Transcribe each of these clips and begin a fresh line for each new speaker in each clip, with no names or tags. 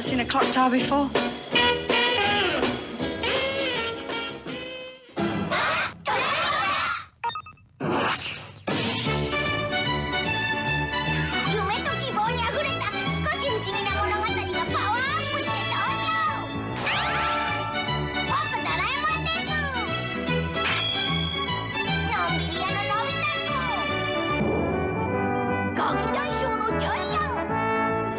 saw before?
「夢と希望にあふれた少し不思議な物語がパワーアップして登場」「僕ドラえもんです」「のんびり屋ののび太くん」「ガキ大将のジャイアン」「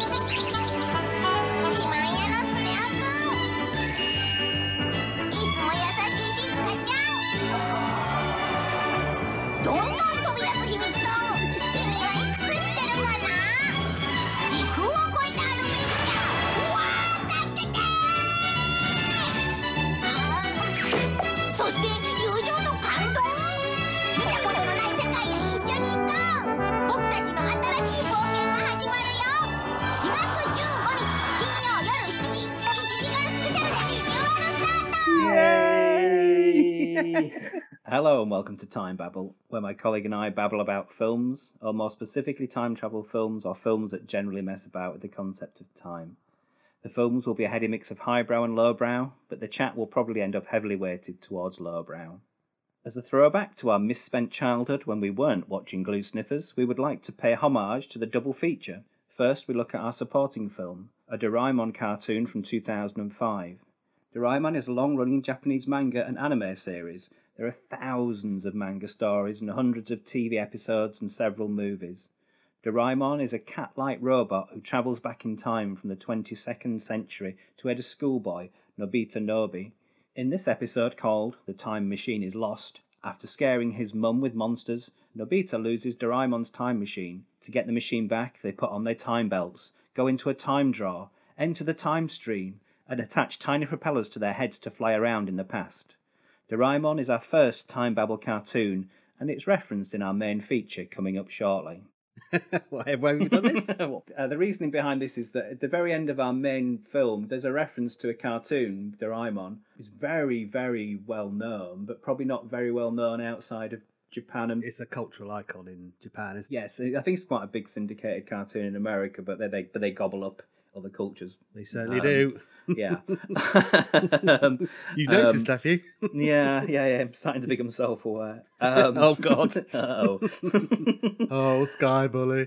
自慢屋のスネ夫くん」「いつも優しいしずかちゃん」「どんどん飛び出す秘密道具君はいくつ知ってるかな?」「時空を超えたアドベンチャー」「うわー助けてー!あー」そして友情と感動見たことのない世界へ一緒に行こう僕たちの新しい冒険が始まるよ4月15日金曜夜7時1時間スペシャルでリニューアルスタート
Yay! Hello and welcome to Time Babble, where my colleague and I babble about films, or more specifically, time travel films or films that generally mess about with the concept of time. The films will be a heady mix of highbrow and lowbrow, but the chat will probably end up heavily weighted towards lowbrow. As a throwback to our misspent childhood when we weren't watching Glue Sniffers, we would like to pay homage to the double feature. First, we look at our supporting film, a Doraemon cartoon from 2005. Doraemon is a long running Japanese manga and anime series. There are thousands of manga stories and hundreds of TV episodes and several movies. Doraemon is a cat like robot who travels back in time from the 22nd century to aid a schoolboy, Nobita Nobi. In this episode called The Time Machine is Lost, after scaring his mum with monsters, Nobita loses Doraemon's time machine. To get the machine back, they put on their time belts, go into a time drawer, enter the time stream, and attach tiny propellers to their heads to fly around in the past. Doraemon is our first Time Babble cartoon, and it's referenced in our main feature coming up shortly.
Why why have you done this?
uh, the reasoning behind this is that at the very end of our main film, there's a reference to a cartoon, Doraemon, who's very, very well known, but probably not very well known outside of Japan and.
it's a cultural icon in Japan, isn't
Yes, I think it's quite a big syndicated cartoon in America, but they, they but they gobble up other cultures.
it? They certainly
Um,
do.
Yeah. Um,
You've
um,
noticed, have you?
yeah, yeah, yeah. I'm starting to become self-aware. Um,
Oh, God.
oh.
Oh, Sky Bully.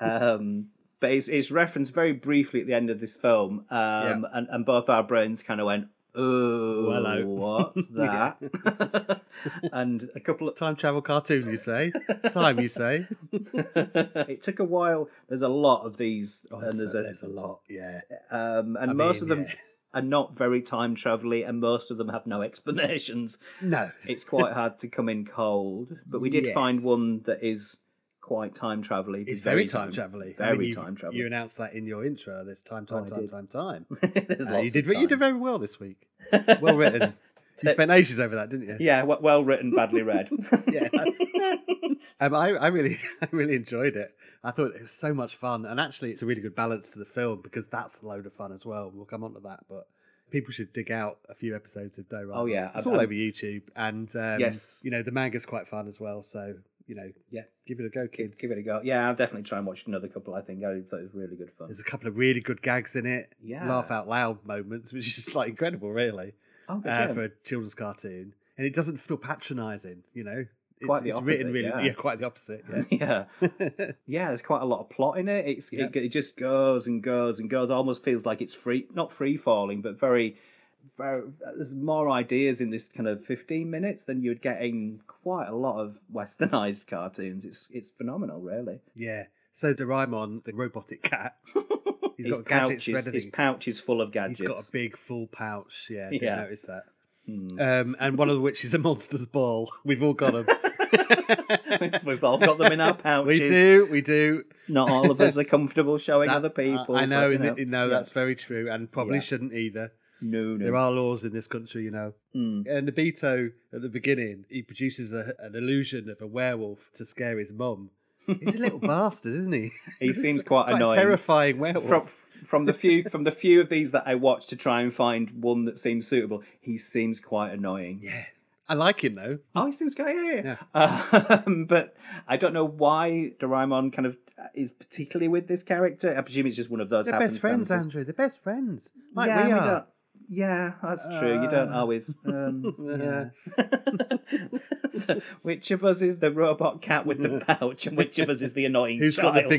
um, but it's, it's referenced very briefly at the end of this film, um,
Yeah.
and, and both our brains kind of went, "Oh,
Hello."
what's that?" and a couple of
Time travel cartoon, you say? Time, you say?
it took a while. There's a lot of these,
Oh,
and
there's,
there's,
a, there's a lot, yeah.
um, and
I
most
mean,
of them
yeah.
are not very time travelly, and most of them have no explanations.
No.
it's quite hard to come in cold, but we did
Yes.
find one that is quite time travelly.
It's very time travelly.
Very
you've-
time travel.
You announced that in your intro. There's time,
Oh,
time,
I
time,
did.
time, time.
There's
Uh,
lots
you
of
did. You did
time.
very well this week. Well written. you spent ages over that, didn't you?
Yeah, w- well written, badly read.
Yeah. Um, I, I really, I really enjoyed it. I thought it was so much fun, and actually, it's a really good balance to the film because that's a load of fun as well. We'll come on to that, but people should dig out a few episodes of Doraemon.
Oh, yeah.
it's
I've-
all
I've-
over YouTube, and um,
Yes.
you know the manga's quite fun as well. So you know,
Yeah.
give it a go,
give,
kids.
give it a go. Yeah, I'll definitely try and watch another couple. I think I thought it was really good fun.
There's a couple of really good gags in it,
Yeah.
laugh out loud moments, which is just like incredible, really,
Oh, good
uh,
job.
for a children's cartoon, and it doesn't feel patronising. You know, it's,
Quite the
it's written
opposite,
really,
yeah.
quite the opposite. Yeah.
yeah, yeah. There's quite a lot of plot in it. It's
Yeah.
it, it just goes and goes and goes. Almost feels like it's free, not free falling, but very, very. uh, There's more ideas in this kind of 15 minutes than you'd get in quite a lot of westernized cartoons. It's it's phenomenal, really.
Yeah. So Doraemon, the robotic cat, he's
his
got gadgets
pouch is,
for
his
everything.
pouch is full of gadgets.
He's got a big full pouch. Yeah, I didn't
Yeah.
notice that.
Hmm.
Um, and one of which is a monster's ball. We've all got them.
We've all got them in our pouches.
we do, we do.
Not all of us are comfortable showing
That-
other people.
I, I know,
but, you
in the- no,
yeah.
that's very true, and probably
Yeah.
shouldn't either.
no, no.
There are laws in this country, you know.
Mm.
And Nobito, at the beginning, he produces a, an illusion of a werewolf to scare his mum. He's a little bastard, isn't he?
He seems quite,
Quite a
annoying.
terrifying werewolf.
From from the few from the few of these that I watched to try and find one that seems suitable, he seems quite annoying.
Yeah, I like him though.
Oh, he seems quite yeah. yeah. Um, but I don't know why Doraemon kind of is particularly with this character. I presume it's just one of those.
They're best friends,
happenstances.
Andrew. They're best friends. Like
yeah,
we are.
don't. Yeah, that's true. You don't
Uh,
always. Um, yeah. So, which of us is the robot cat with the pouch, and which of us is the annoying
Who's
child?
got the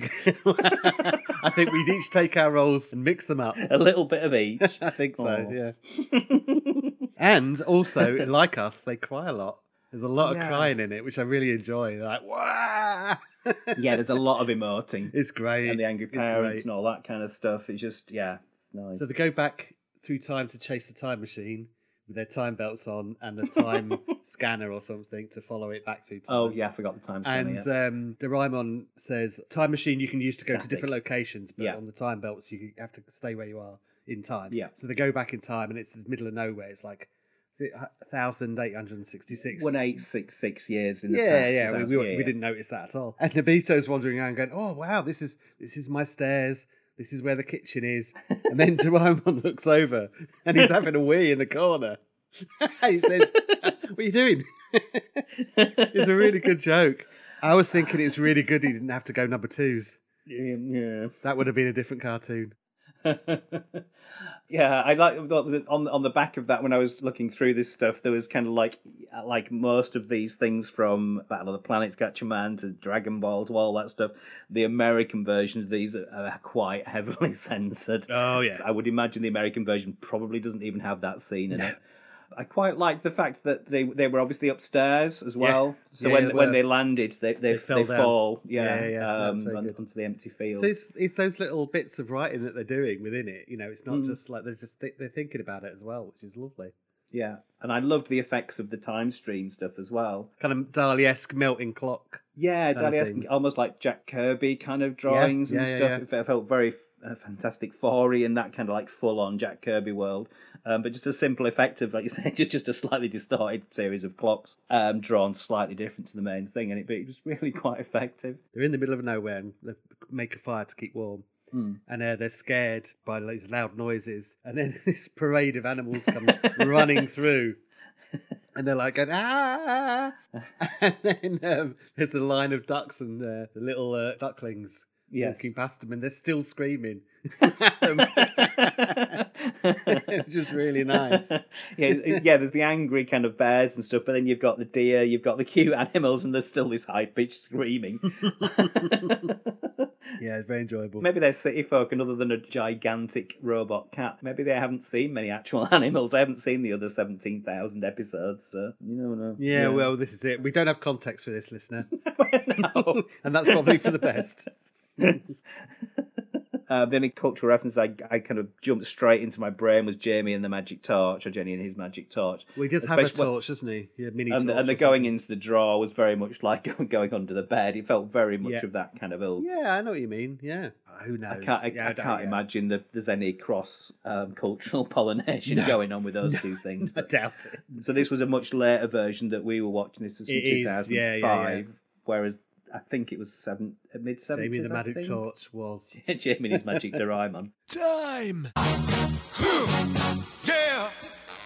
big? I think we'd each take our roles and mix them up.
A little bit of each.
I think so.
Aw.
Yeah. And also, like us, they cry a lot. There's a lot
Yeah.
of crying in it, which I really enjoy. They're like, wow,
yeah, there's a lot of emoting
it's great.
and the angry
it's
parents
great.
and all that kind of stuff. It's just yeah, nice.
So they go back through time to chase the time machine with their time belts on and the time scanner or something to follow it back through time.
oh yeah, I forgot the time scanner.
And
yeah.
um, Doraemon says, "Time machine you can use to go to
Static.
different locations, but
Yeah.
on the time belts you have to stay where you are in time."
Yeah.
So they go back in time, and it's the middle of nowhere. It's like thousand eight hundred sixty-six.
One eight six six years in the
Yeah,
past.
yeah, we,
2000
we, were-
yeah,
we
yeah.
didn't notice that at all. And Nabito's wandering around, going, "Oh wow, this is this is my stairs. This is where the kitchen is." And then Doraemon looks over, and he's having a wee in the corner. he says, "What are you doing?" It's a really good joke. I was thinking it's really good he didn't have to go number twos.
Yeah.
That would have been a different cartoon.
yeah, I like on on the back of that when I was looking through this stuff, there was kind of like like most of these things from Battle of the Planets, Gatchaman to Dragon Ball to all that stuff. The American versions of these are, are quite heavily censored.
Oh yeah.
I would imagine the American version probably doesn't even have that scene in it. I quite liked the fact that they they were obviously upstairs as well. So
Yeah,
when
they
when
were.
they landed, they they,
They fell
they
down.
fall yeah,
Yeah, yeah, yeah. That's
Um,
very
on-
good.
onto the empty field.
So it's, it's those little bits of writing that they're doing within it. You know, it's not
Mm.
just like they're just th- they're thinking about it as well, which is lovely.
Yeah, and I loved the effects of the time stream stuff as well.
Kind of Dali-esque melting clock.
Yeah,
Kind of
Dali
things.
almost like Jack Kirby kind of drawings
yeah,
and
yeah,
stuff.
yeah.
It fe- felt very uh, fantastic, fory in that kind of like full on Jack Kirby world. Um, but just a simple effect of, like you say, just, just a slightly distorted series of clocks um, drawn slightly different to the main thing, and it, but it was really quite effective.
They're in the middle of nowhere and they make a fire to keep warm.
Mm.
And uh, they're scared by those loud noises. And then this parade of animals come running through. And they're like going, ah! And then um, there's a line of ducks and uh, the little uh, ducklings
Yes.
walking past them. And they're still screaming. Um,
Which
Which is really nice.
yeah, it- yeah. There's the angry kind of bears and stuff, but then you've got the deer, you've got the cute animals, and there's still this high pitched screaming.
yeah, it's very enjoyable.
maybe they're city folk, and other than a gigantic robot cat, maybe they haven't seen many actual animals. They haven't seen the other seventeen thousand episodes, so you don't know.
yeah, well, this is it. We don't have context for this, listener.
no.
and that's probably for the best.
Uh, the only cultural reference I, I kind of jumped straight into my brain was Jamie and the Magic Torch, or Jenny and his Magic Torch.
We just
have a
have a
Especially when-
torch, doesn't he? Yeah, mini
and,
torch.
and the going into the drawer was very much like going under the bed. It felt very much
Yeah.
of that kind of ilk.
Yeah, I know what you mean. Yeah. Uh, Who knows?
I can't, I,
Yeah,
I
don't-
can't
yeah.
imagine that there's any cross um, cultural pollination
No.
going on with those two things.
I
but-
doubt it.
so this was a much later version that we were watching. This was in
It is,
2005,
yeah, yeah, yeah.
whereas I think it was seven, mid 70s.
Jamie the
I
magic
think.
torch was.
Jamie and his magic Doraemon.
time. yeah.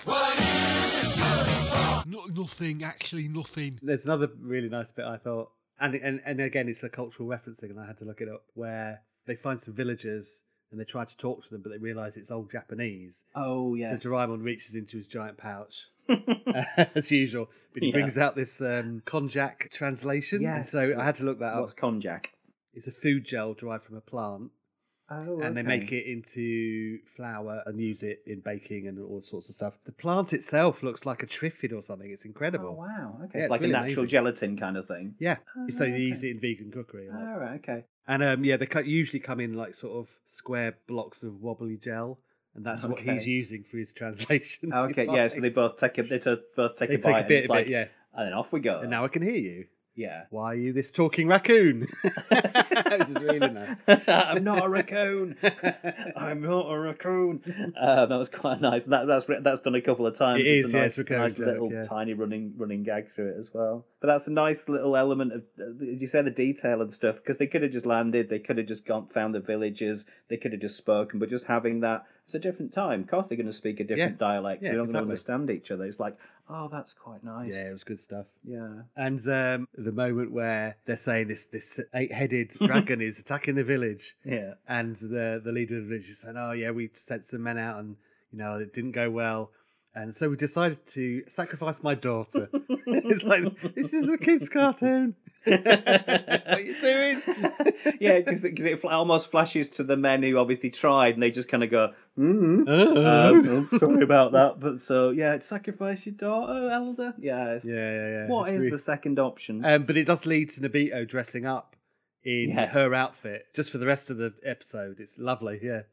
What is it No, nothing, actually, nothing.
There's another really nice bit I thought, and and and again, it's a cultural referencing, and I had to look it up. Where they find some villagers and they try to talk to them, but they realise it's old Japanese.
Oh yes.
So Doraemon reaches into his giant pouch. as usual, but he
Yeah.
brings out this um, konjac translation. and
Yes.
so I had to look that up.
What's konjac?
It's a food gel derived from a plant,
Oh,
and they make it into flour and use it in baking and all sorts of stuff. The plant itself looks like a triffid or something. It's incredible.
Oh wow. Okay. it's,
Yeah, it's
like
really
a natural
amazing.
gelatin kind of thing.
Yeah,
Oh,
so they
okay. Oh.
use it in vegan cookery. a lot.
All right. Okay.
And um, yeah, they cut, usually come in like sort of square blocks of wobbly gel, and that's what he's
Okay.
using for his translation.
Oh, Okay, yeah. So they
device.
both take a they to- both take
they
a
take
bite.
a bit
and it's
of
like, uh
it, yeah.
And then off we go.
And now I can hear you.
yeah.
Why are you this talking raccoon? Which is really nice.
I'm not a raccoon. I'm not a raccoon. Um, that was quite nice. That, that's re- that's done a couple of times.
It
It's
is,
a
yeah,
nice,
it's a recurring
nice
joke,
little
yeah.
tiny running running gag through it as well. But that's a nice little element of, uh, as you say, the detail and stuff. Because they could have just landed. They could have just gone found the villagers. They could have just spoken. But just having that It's a different time. Of course, they're going to speak a different dialect.
Yeah,
We're not going to
exactly.
understand each other. It's like, oh, that's quite nice.
Yeah, it was good stuff.
Yeah.
And um, the moment where they're saying this this eight headed dragon is attacking the village,
Yeah.
and the the leader of the village is saying, "Oh yeah, we sent some men out, and you know it didn't go well, and so we decided to sacrifice my daughter." it's like this is a kids' cartoon. what are you doing?
yeah, because it, 'cause it fl- almost flashes to the men who obviously tried, and they just kind of go, mm um,
Oh.
I'm sorry about that. But so, yeah, sacrifice your daughter, elder. Yes.
yeah, yeah, yeah.
What
it's
is
really-
the second option?
Um, but it does lead to Nabito dressing up in
Yes.
her outfit just for the rest of the episode. It's lovely, yeah.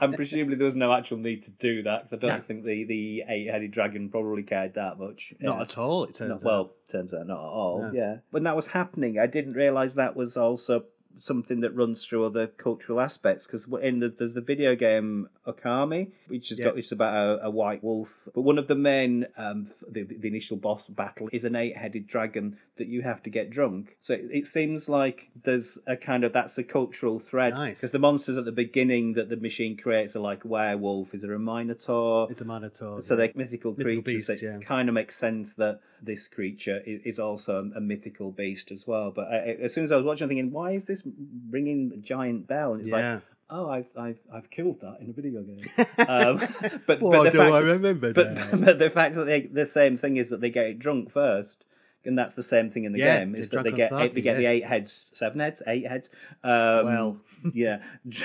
and presumably there was no actual need to do that because I don't
No.
think the, the eight headed dragon probably cared that much.
Not
Yeah.
at all. It
No,
turns
well, turns out not at all.
No.
Yeah. When that was happening, I didn't realise that was also something that runs through other cultural aspects because in the, there's the video game Okami, which has
Yeah.
got this about a, a white wolf, but one of the main um, the, the initial boss battle is an eight-headed dragon that you have to get drunk. So it, it seems like there's a kind of that's a cultural thread
Nice.
the monsters at the beginning that the machine creates are like werewolf, is there a minotaur?
out. it's a minotaur.
So
yeah.
they're mythical,
Mythical
creatures.
beast,
it
yeah.
kind of makes sense that this creature is, is also a mythical beast as well. But I, I- as soon as I was watching, I'm thinking, why is this ringing a giant bell? And it's like,
yeah.
oh, I've, I've I've killed that in a video game. um, but
Why
but the
do I
fact,
remember
but,
now?
but the fact that they, the same thing is that they get it drunk first. And that's the same thing in the
Yeah,
game is
they're
that they
drunk
get
on
eight, they
sake,
get the
yeah.
eight heads, seven heads, eight heads. Um,
Well.
yeah,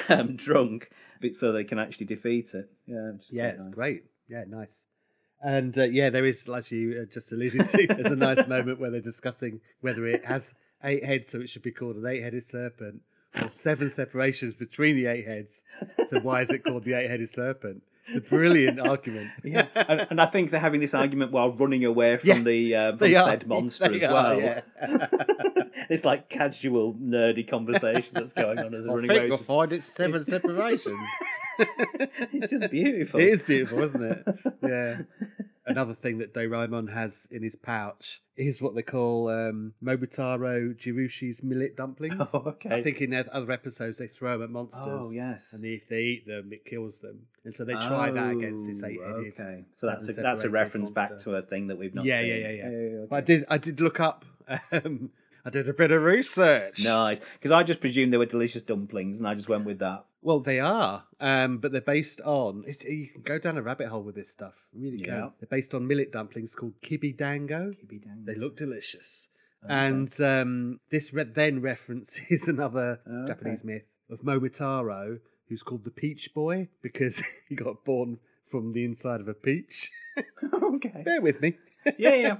um, drunk, but so they can actually defeat it. Yeah, which is
yeah,
quite
it's
nice.
great. Yeah, nice. And uh, yeah, there is, like you uh, just alluded to, there's a nice moment where they're discussing whether it has eight heads, so it should be called an eight headed serpent, or seven separations between the eight heads. So why is it called the eight headed serpent? It's a brilliant argument.
yeah, and, and I think they're having this argument while running away from
Yeah,
the uh, from
They are.
said monster
They
as
are,
well.
yeah.
it's like casual nerdy conversation that's going on as they're running away. Just,
find it's seven separations.
it's just beautiful.
It is beautiful, isn't it? Yeah. Another thing that Doraemon has in his pouch is what they call um, Mobutaro Jirushi's millet dumplings.
Oh, okay.
I think in oth- other episodes they throw them at monsters.
Oh yes.
And if they eat them, it kills them. And so they try that against this
Oh,
eight-headed.
Okay, so that's a,
seven
that's a
separated
reference back
monster.
to a thing that we've not
Yeah,
seen.
yeah, yeah, yeah.
Oh,
But I
okay.
did. I did look up. Um, I did a bit of research.
Nice, because I just presumed they were delicious dumplings, and I just went with that.
Well, they are, um, but they're based on. It's, you can go down a rabbit hole with this stuff. Really can.
Yeah.
They're based on millet dumplings called kibi dango. They look delicious,
Oh, Okay.
and um, this re- then references another
Okay.
Japanese myth of Momotaro, who's called the Peach Boy because he got born from the inside of a peach.
okay.
Bear with me.
Yeah, yeah.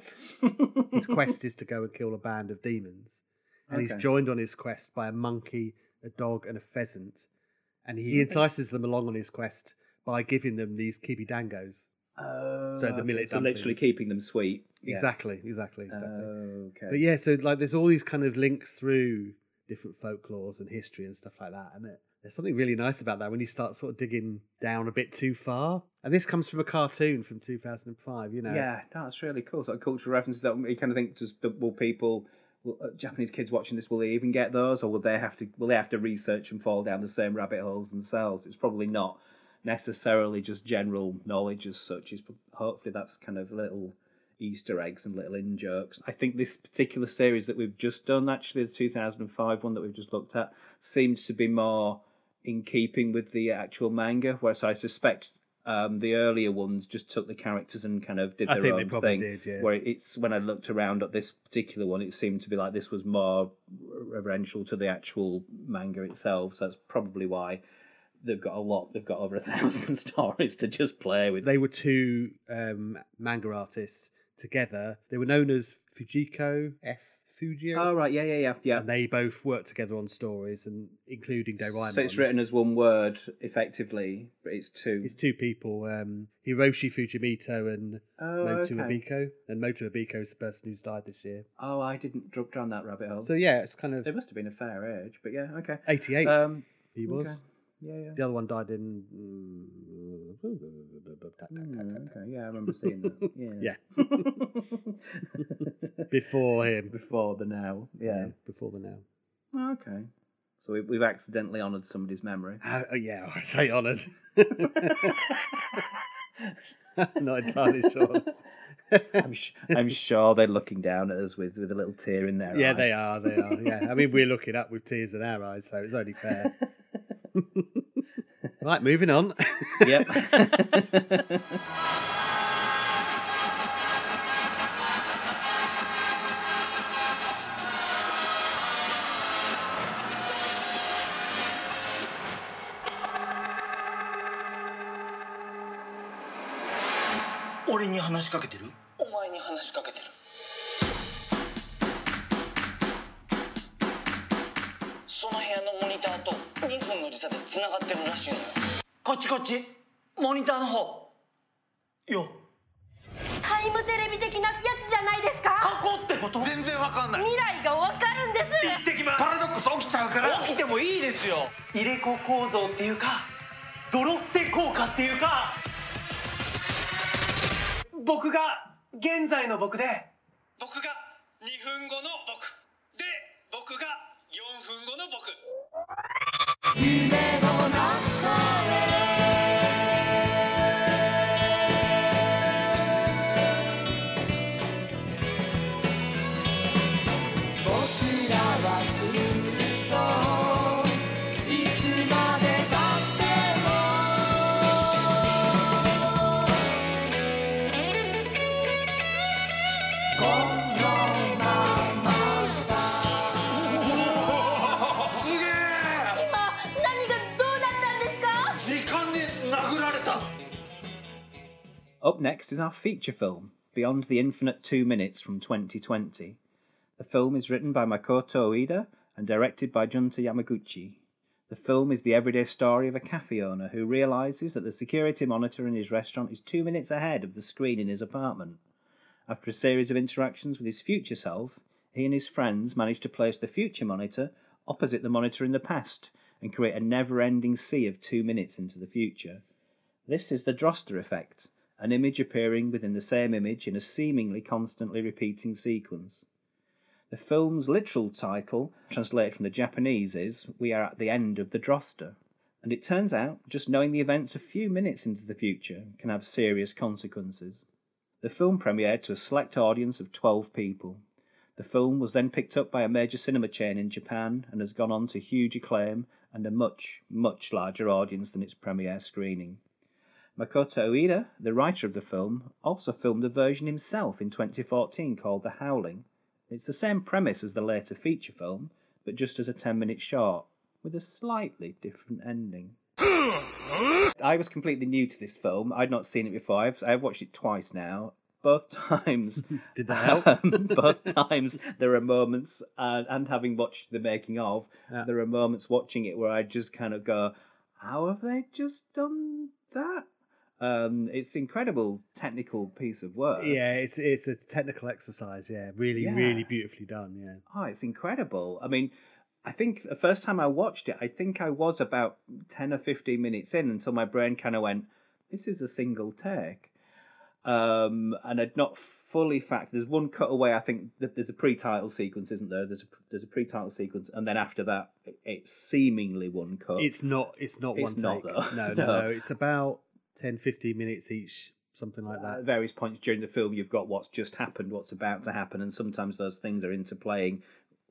His quest is to go and kill a band of demons. And he's
Okay.
joined on his quest by a monkey, a dog, and a pheasant. And
Okay.
he entices them along on his quest by giving them these kibidangos.
Oh,
So the
okay.
millet
so literally
dumplings.
keeping them sweet. Yeah. Uh,
Exactly, exactly, exactly.
Okay.
But yeah, so like there's all these kind of links through different folklores and history and stuff like that. And there- there's something really nice about that when you start sort of digging down a bit too far. And this comes from a cartoon from 2005, you know.
Yeah, no, it's really cool. So cultural references that you kind of think just that will people, will, uh, Japanese kids watching this, will they even get those, or will they have to will they have to research and fall down the same rabbit holes themselves? It's probably not necessarily just general knowledge as such. Is hopefully that's kind of little Easter eggs and little in jokes. I think this particular series that we've just done, actually the 2005 one that we've just looked at, seems to be more in keeping with the actual manga. Whereas I suspect um, the earlier ones just took the characters and kind of did
I
their
think
own
they probably
thing.
did, yeah.
Where it's when I looked around at this particular one, it seemed to be like this was more reverential to the actual manga itself. So that's probably why they've got a lot. They've got over a thousand stories to just play with.
they were two um, manga artists together. They were known as Fujiko F. Fujio,
Oh right, yeah, yeah, yeah, yeah.
and they both worked together on stories, and including Doraemon.
So it's written as one word, effectively, but it's two.
It's two people, um, Hiroshi Fujimoto and
oh,
Motu
okay.
Abiko, and Motu Abiko is the person who's died this year.
oh, I didn't drop down that rabbit hole.
So yeah, it's kind of
they must have been a fair age, but yeah, okay.
88.
Um,
he
okay.
was.
Yeah, yeah.
The other one died in.
Mm, okay, yeah, I remember seeing that. Yeah.
Before him.
Before the now. Hmm. Yeah.
Before the now.
Okay. So we, we've accidentally honoured somebody's memory.
Uh, oh, yeah, I say honoured. Not entirely sure.
I'm, sh- I'm sure they're looking down at us with, with a little tear in their
yeah,
eye.
they are. They are. Yeah, I mean, we're looking up with tears in our eyes, so it's only fair. right, moving on.
Yep.
俺に話しかけてるお前に話しかけてるその部屋のモニターと2分の時差で繋がってるらしいのよこっちこっちモニターの方よ
タイムテレビ的なやつじゃないですか
過去ってこと全然わかんな
未来がわかるんです
行ってきますパラドックス起きちゃうから起きてもいいですよ入れ子構造っていうか泥捨て効果っていうか僕が現在の僕で僕が2分後の僕で僕が4分後の僕
今何がどうなったんですか
時間で殴られた
Up next is our feature film, Beyond the Infinite Two Minutes from 2020. The film is written by Makoto Oida and directed by Junta Yamaguchi. The film is the everyday story of a cafe owner who realizes that the security monitor in his restaurant is two minutes ahead of the screen in his apartment. After a series of interactions with his future self, he and his friends manage to place the future monitor opposite the monitor in the past and create a never ending sea of two minutes into the future. This is the Droster effect, an image appearing within the same image in a seemingly constantly repeating sequence. The film's literal title, translated from the Japanese, is We Are at the End of the Droster. And it turns out, just knowing the events a few minutes into the future can have serious consequences. The film premiered to a select audience of 12 people. The film was then picked up by a major cinema chain in Japan and has gone on to huge acclaim and a much, much larger audience than its premiere screening. Makoto Ueda, the writer of the film, also filmed a version himself in 2014 called The Howling. It's the same premise as the later feature film, but just as a 10 minute short, with a slightly different ending. I was completely new to this film. I'd not seen it before. I've, I've watched it twice now. Both times.
Did that help?
um, both times there are moments, uh, and having watched the making of,
Yeah.
there are moments watching it where I just kind of go, how have they just done that? Um, it's incredible technical piece of work.
yeah, it's it's a technical exercise. Yeah, really,
Yeah.
really beautifully done. Yeah.
Oh, it's incredible. I mean, I think the first time I watched it, I think I was about 10 or 15 minutes in until my brain kind of went, this is a single take. Um, and I'd not fully fact. There's one cutaway, I think, that there's a pre title sequence, isn't there? There's a, there's a pre title sequence, and then after that, it- it's seemingly one cut.
It's not. It's not
It's
one
not,
take.
though.
No, no,
No.
no, It's about 10, 15 minutes each, something like
at
that.
uh, various points during the film you've got what's just happened what's about to happen and sometimes those things are interplaying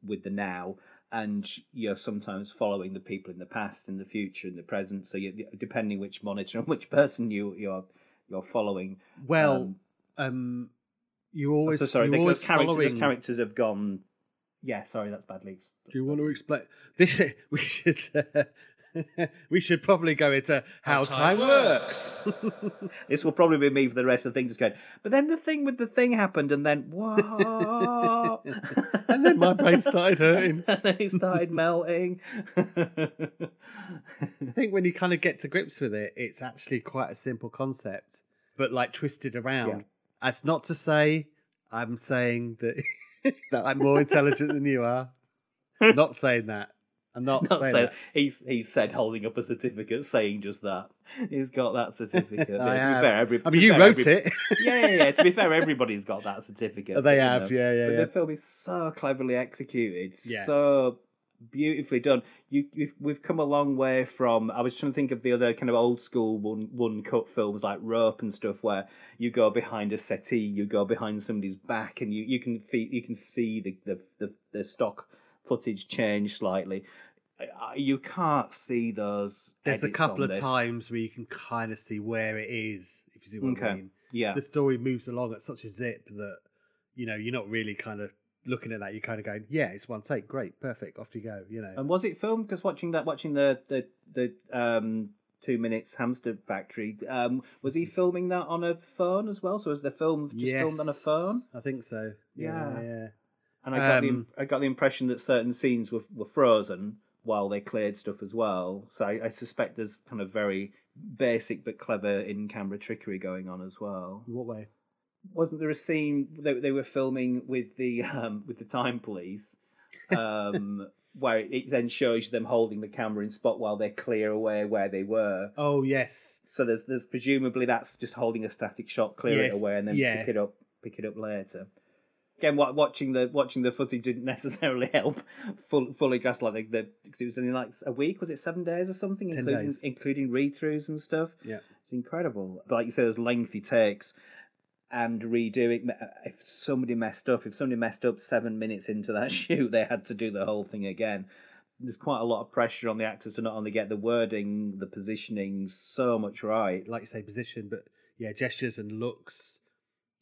with the now and you're sometimes following the people in the past in the future in the present so you depending which monitor and which person you you're you're following
Well,
Um,
um, you
I'm
always.
so sorry
you
the-
always
those, characters, those
following...
characters have gone yeah sorry that's badly ex-
Do you want to explain? This, we should. Uh, we should probably go into how, time, works.
this will probably be me for the rest of the thing just going but then the thing with the thing happened and then what
and then my brain started hurting.
and then it started melting
I think when you kind of get to grips with it, it's actually quite a simple concept, but like twisted around. That's not to say I'm saying that that I'm more intelligent than you are. I'm not saying that. I'm not,
Not
saying
so-
that.
He's he said holding up a certificate saying just that. He's got that certificate.
I
Yeah, to
have.
be fair, every,
I
to
mean,
be
you
fair,
wrote
every-
it.
Yeah, yeah, yeah. To be fair, everybody's got that certificate.
they
you
have.
know.
Yeah,
But
yeah, yeah.
the film is so cleverly executed,
Yeah.
so beautifully done. You, you've, we've come a long way from. I was trying to think of the other kind of old school one one cut films like Rope and stuff, where you go behind a settee, you go behind somebody's back, and you you can fe you can see the the the, the stock footage change slightly. I- I- You can't see those.
There's a
edits on
couple of
this.
times where you can kind of see where it is, if you see what I
Okay.
mean.
Yeah.
The story moves along at such a zip that, you know, you're not really kind of looking at that. You're kind of going, yeah, it's one take, great, perfect, off you go, you know.
And was it filmed? Because watching that, watching the the the um two minutes hamster factory, um, was
Mm-hmm.
he filming that on a phone as well? So was the film just filmed on a
Yes,
phone?
I think so.
Yeah.
Yeah, yeah.
And I got the
Um,
I got the impression that certain scenes were were frozen while they cleared stuff as well. So I, I suspect there's kind of very basic but clever in camera trickery going on as well.
In what way?
Wasn't there a scene they they were filming with the um with the time police? Um Where it then shows them holding the camera in spot while they clear away where they were.
Oh, yes.
So there's, there's presumably that's just holding a static shot, clear
Yes,
it away, and then
yeah.
pick it up, pick it up later. Again, wa- watching the watching the footage didn't necessarily help. Full, fully grasped like the because it was only like a week, was it seven days or something,
Ten
including
days.
including read throughs and stuff.
Yeah.
it's incredible. But like you say, there's lengthy takes and redoing. uh, If somebody messed up, if somebody messed up seven minutes into that shoot, they had to do the whole thing again there's quite a lot of pressure on the actors to not only get the wording, the positioning so much right.
like you say, position, but yeah, gestures and looks,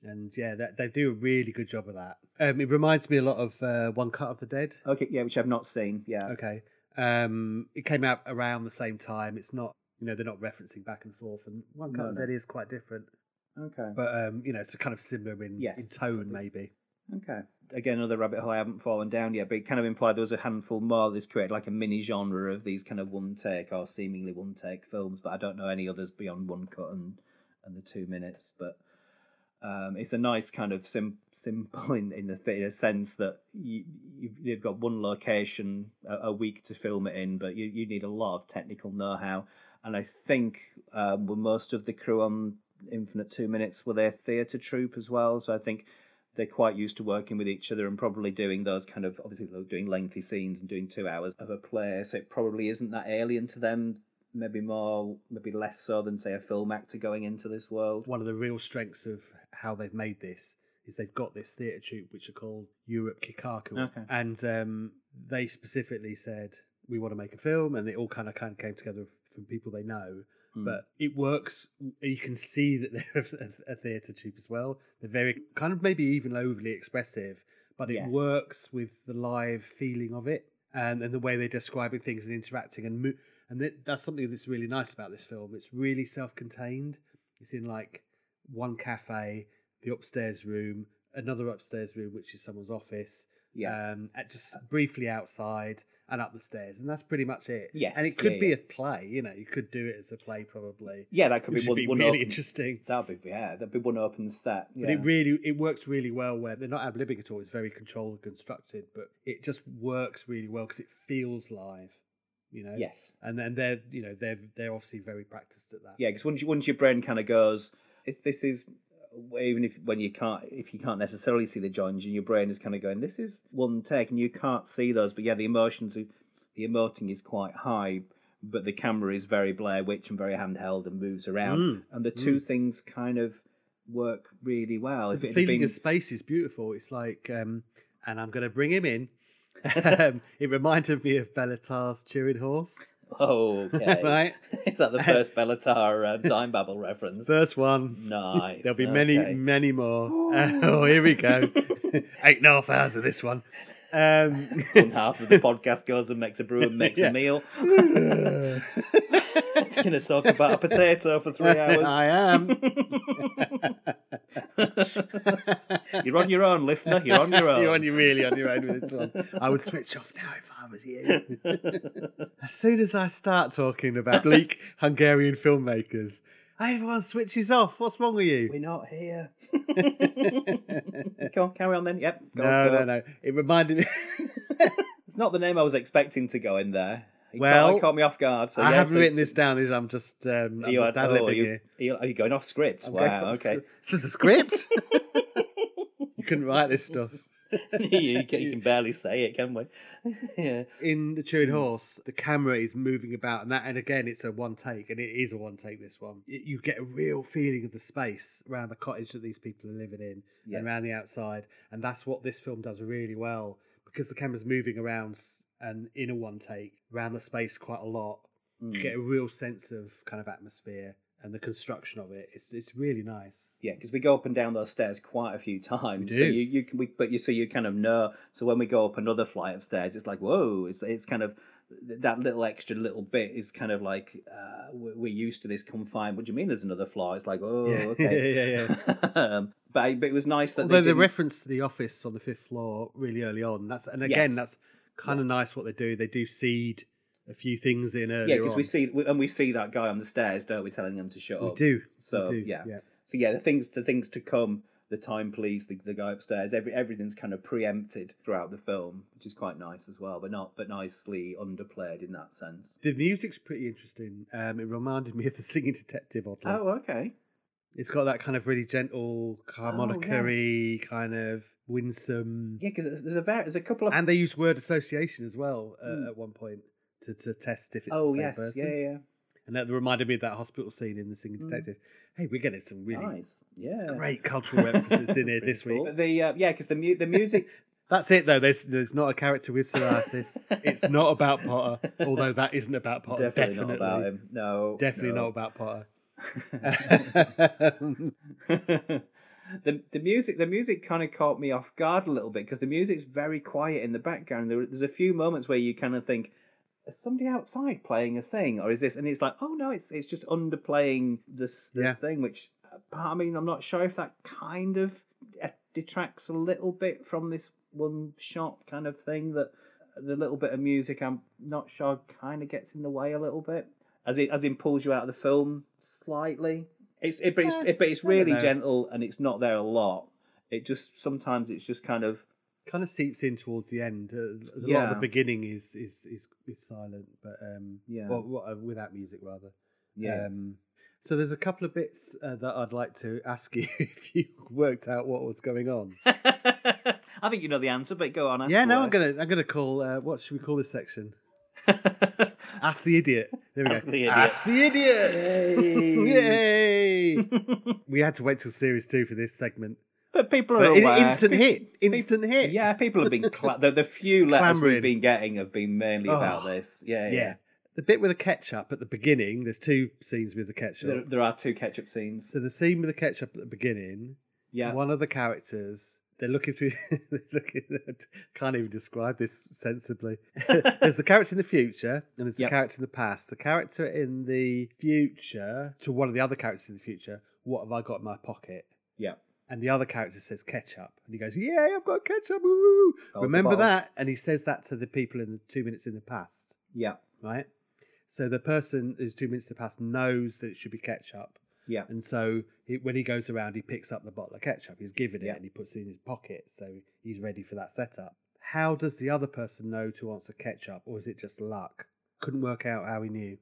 and yeah, that, they do a really good job of that. Um, it reminds me a lot of uh, One Cut of the Dead.
Okay, yeah, which I've not seen. Yeah,
Okay, um, it came out around the same time. It's not, you know, they're not referencing back and forth, and One Cut
No,
of the
no.
Dead is quite different,
okay,
but um, you know, it's kind of similar in
Yes,
in tone,
completely.
maybe.
okay. Again, another rabbit hole I haven't fallen down yet, but it kind of implied there was a handful more that's created like a mini genre of these kind of one take or seemingly one take films, but I don't know any others beyond one cut and and the two minutes. But um, it's a nice kind of sim- simple in in the th- in a sense that you, you you've got one location a, a week to film it in, but you, you need a lot of technical know how. And I think um, were most of the crew on Infinite Two Minutes were their theatre troupe as well, so I think they're quite used to working with each other and probably doing those kind of obviously they're doing lengthy scenes and doing two hours of a play, so it probably isn't that alien to them. Maybe more, maybe less so than say a film actor going into this world.
One of the real strengths of how they've made this is they've got this theatre troupe which are called Europe Kikaku,
Okay.
and um, they specifically said we want to make a film, and it all kind of kind of came together from people they know.
Hmm.
but it works. You can see that they're a, a theatre troupe as well. They're very kind of maybe even overly expressive, but it
Yes.
works with the live feeling of it and, and the way they're describing things and interacting and mo- and that, that's something that's really nice about this film. It's really self-contained. It's in like one cafe, the upstairs room, another upstairs room which is someone's office,
yeah. Uh,
um, at just briefly outside and up the stairs, and that's pretty much it.
Yes,
and
yeah,
it could be
yeah.
a play. You know, you could do it as a play probably.
Yeah, that could
Which
be one,
would be
one
really
open.
interesting.
That'd be yeah, that'd be one open set. Yeah.
But it really it works really well where they're not ablibbing at all. It's very controlled and constructed, but it just works really well because it feels live. You know.
yes,
And then they're you know they're they're obviously very practiced at that.
yeah, because once you, once your brain kind of goes, if this is even if when you can't if you can't necessarily see the joins, and your brain is kind of going, this is one take, and you can't see those, but yeah, the emotions, are- the emoting is quite high, but the camera is very Blair Witch and very handheld and moves around,
Mm,
and the two things kind of work really well.
the
it had
feeling
been-
of space is beautiful. It's like, um, and I'm going to bring him in. um, it reminded me of Bellatar's cheering horse,
oh, okay,
right?
is that the first Bellatar um, time babble reference?
First one.
Nice.
There'll be many,
okay.
many more. oh, here we go. Eight and a half hours of this one. Um,
One half of the podcast goes and makes a brew and makes
Yeah.
a meal. it's going to talk about a potato for three hours.
I am.
You're on your own, listener. You're on your own.
You're on your really on your own with this one. I would switch off now if I was you. as soon as I start talking about bleak Hungarian filmmakers, everyone switches off. What's wrong with you?
We're not here. Go on, carry on then. Yep. Go on,
no,
go
no,
on.
no. It reminded me.
It's not the name I was expecting to go in there. He
Well,
caught, caught me off guard. So
I
yeah,
haven't
so-
written this down. This I'm just um, I'm
You
just
are,
ad
oh,
libbing
are
here.
you, are you- are you going off script?
I'm going
wow.
off
Okay.
script. This is a script. you couldn't write this stuff.
you, can, you can barely say it, can we? yeah.
in the chewing horse the camera is moving about and that and again it's a one take and it is a one take this one Y- you get a real feeling of the space around the cottage that these people are living in
Yes.
and around the outside and that's what this film does really well because the camera's moving around s- and in a one take around the space quite a lot you
Mm.
get a real sense of kind of atmosphere and the construction of it it's, it's really nice
Yeah, because we go up and down those stairs quite a few times. So
do.
you, you can, we, but you so you kind of know. So when we go up another flight of stairs, it's like whoa! It's it's kind of that little extra little bit is kind of like uh, we're we're used to this confined. What do you mean? There's another floor? It's like oh,
yeah.
okay.
yeah yeah yeah
um, but I- but it was nice that
Although
they
they
didn't-
reference to the office on the fifth floor really early on. That's and again,
Yes.
that's kind of nice what they do. They do seed a few things in earlier.
yeah, because we
on.
see we, and we see that guy on the stairs, don't we? Telling him to shut
we
up.
do.
So
we do.
yeah. So yeah, the things the things to come, the time police, the, the guy upstairs, every everything's kind of preempted throughout the film, which is quite nice as well, but not but nicely underplayed in that sense.
The music's pretty interesting. Um, it reminded me of the Singing Detective. Oddly,
Oh, okay.
it's got that kind of really gentle harmonica-y kind of winsome,
Yeah, because there's a var- there's a couple of
and they use word association as well uh,
Hmm.
at one point to, to test if it's
oh
the same
yes,
person.
yeah, yeah,
And that reminded me of that hospital scene in the Singing
Hmm.
Detective. Hey, we're getting some really
nice, yeah.
great cultural references in here this week.
But The uh, yeah, because the mu- the music
That's it though. There's there's not a character with psoriasis. it's not about Potter, although that isn't about Potter.
definitely,
Oh, Definitely,
not about him. No,
Definitely
no.
not about Potter.
Um, the the music the music kind of caught me off guard a little bit because the music's very quiet in the background. There, there's a few moments where you kind of think, is somebody outside playing a thing, or is this? And it's like, oh no, it's it's just underplaying this the
Yeah.
thing. Which uh, I mean, I'm not sure if that kind of uh, detracts a little bit from this one shot kind of thing that the little bit of music I'm not sure kind of gets in the way a little bit as it as in pulls you out of the film slightly. It's it, but it's
Eh,
but it's
I don't
really
know.
gentle and it's not there a lot. It just sometimes it's just kind of
kind of seeps in towards the end. Uh, a lot of
Yeah.
the beginning is is is, is silent, but um,
Yeah.
well, what- uh, without music rather.
yeah.
Um, so there's a couple of bits uh, that I'd like to ask you if you worked out what was going on.
I think you know the answer, but go on. ask
yeah, no,
away.
I'm gonna I'm gonna call. Uh, what should we call this section? Ask the idiot. There we
Ask
go.
the idiot.
Ask the idiot. Yay! we had to wait till series two for this segment.
but people are
But in,
aware.
instant hit. Instant hit.
Yeah, people have been cla- the the few letters
Clamouring.
we've been getting have been mainly about
Oh,
this. Yeah,
Yeah.
yeah.
The bit with the ketchup at the beginning. There's two scenes with the ketchup.
There, there are two ketchup scenes.
So the scene with the ketchup at the beginning.
Yeah,
One of the characters. They're looking through. they're looking. Can't even describe this sensibly. there's the character in the future and there's
Yep.
the character in the past. The character in the future to one of the other characters in the future, what have I got in my pocket?
yeah.
And the other character says ketchup. And he goes, Yeah, I've got ketchup. Woo!
the
Remember
bottle.
that? And he says that to the people in the two minutes in the past,
Yeah,
right? So the person who's two minutes in the past knows that it should be ketchup.
yeah.
And so he, when he goes around, he picks up the bottle of ketchup. He's given it
Yeah.
and he puts it in his pocket. So he's ready for that setup. How does the other person know to answer ketchup? Or is it just luck? Couldn't work out how he knew.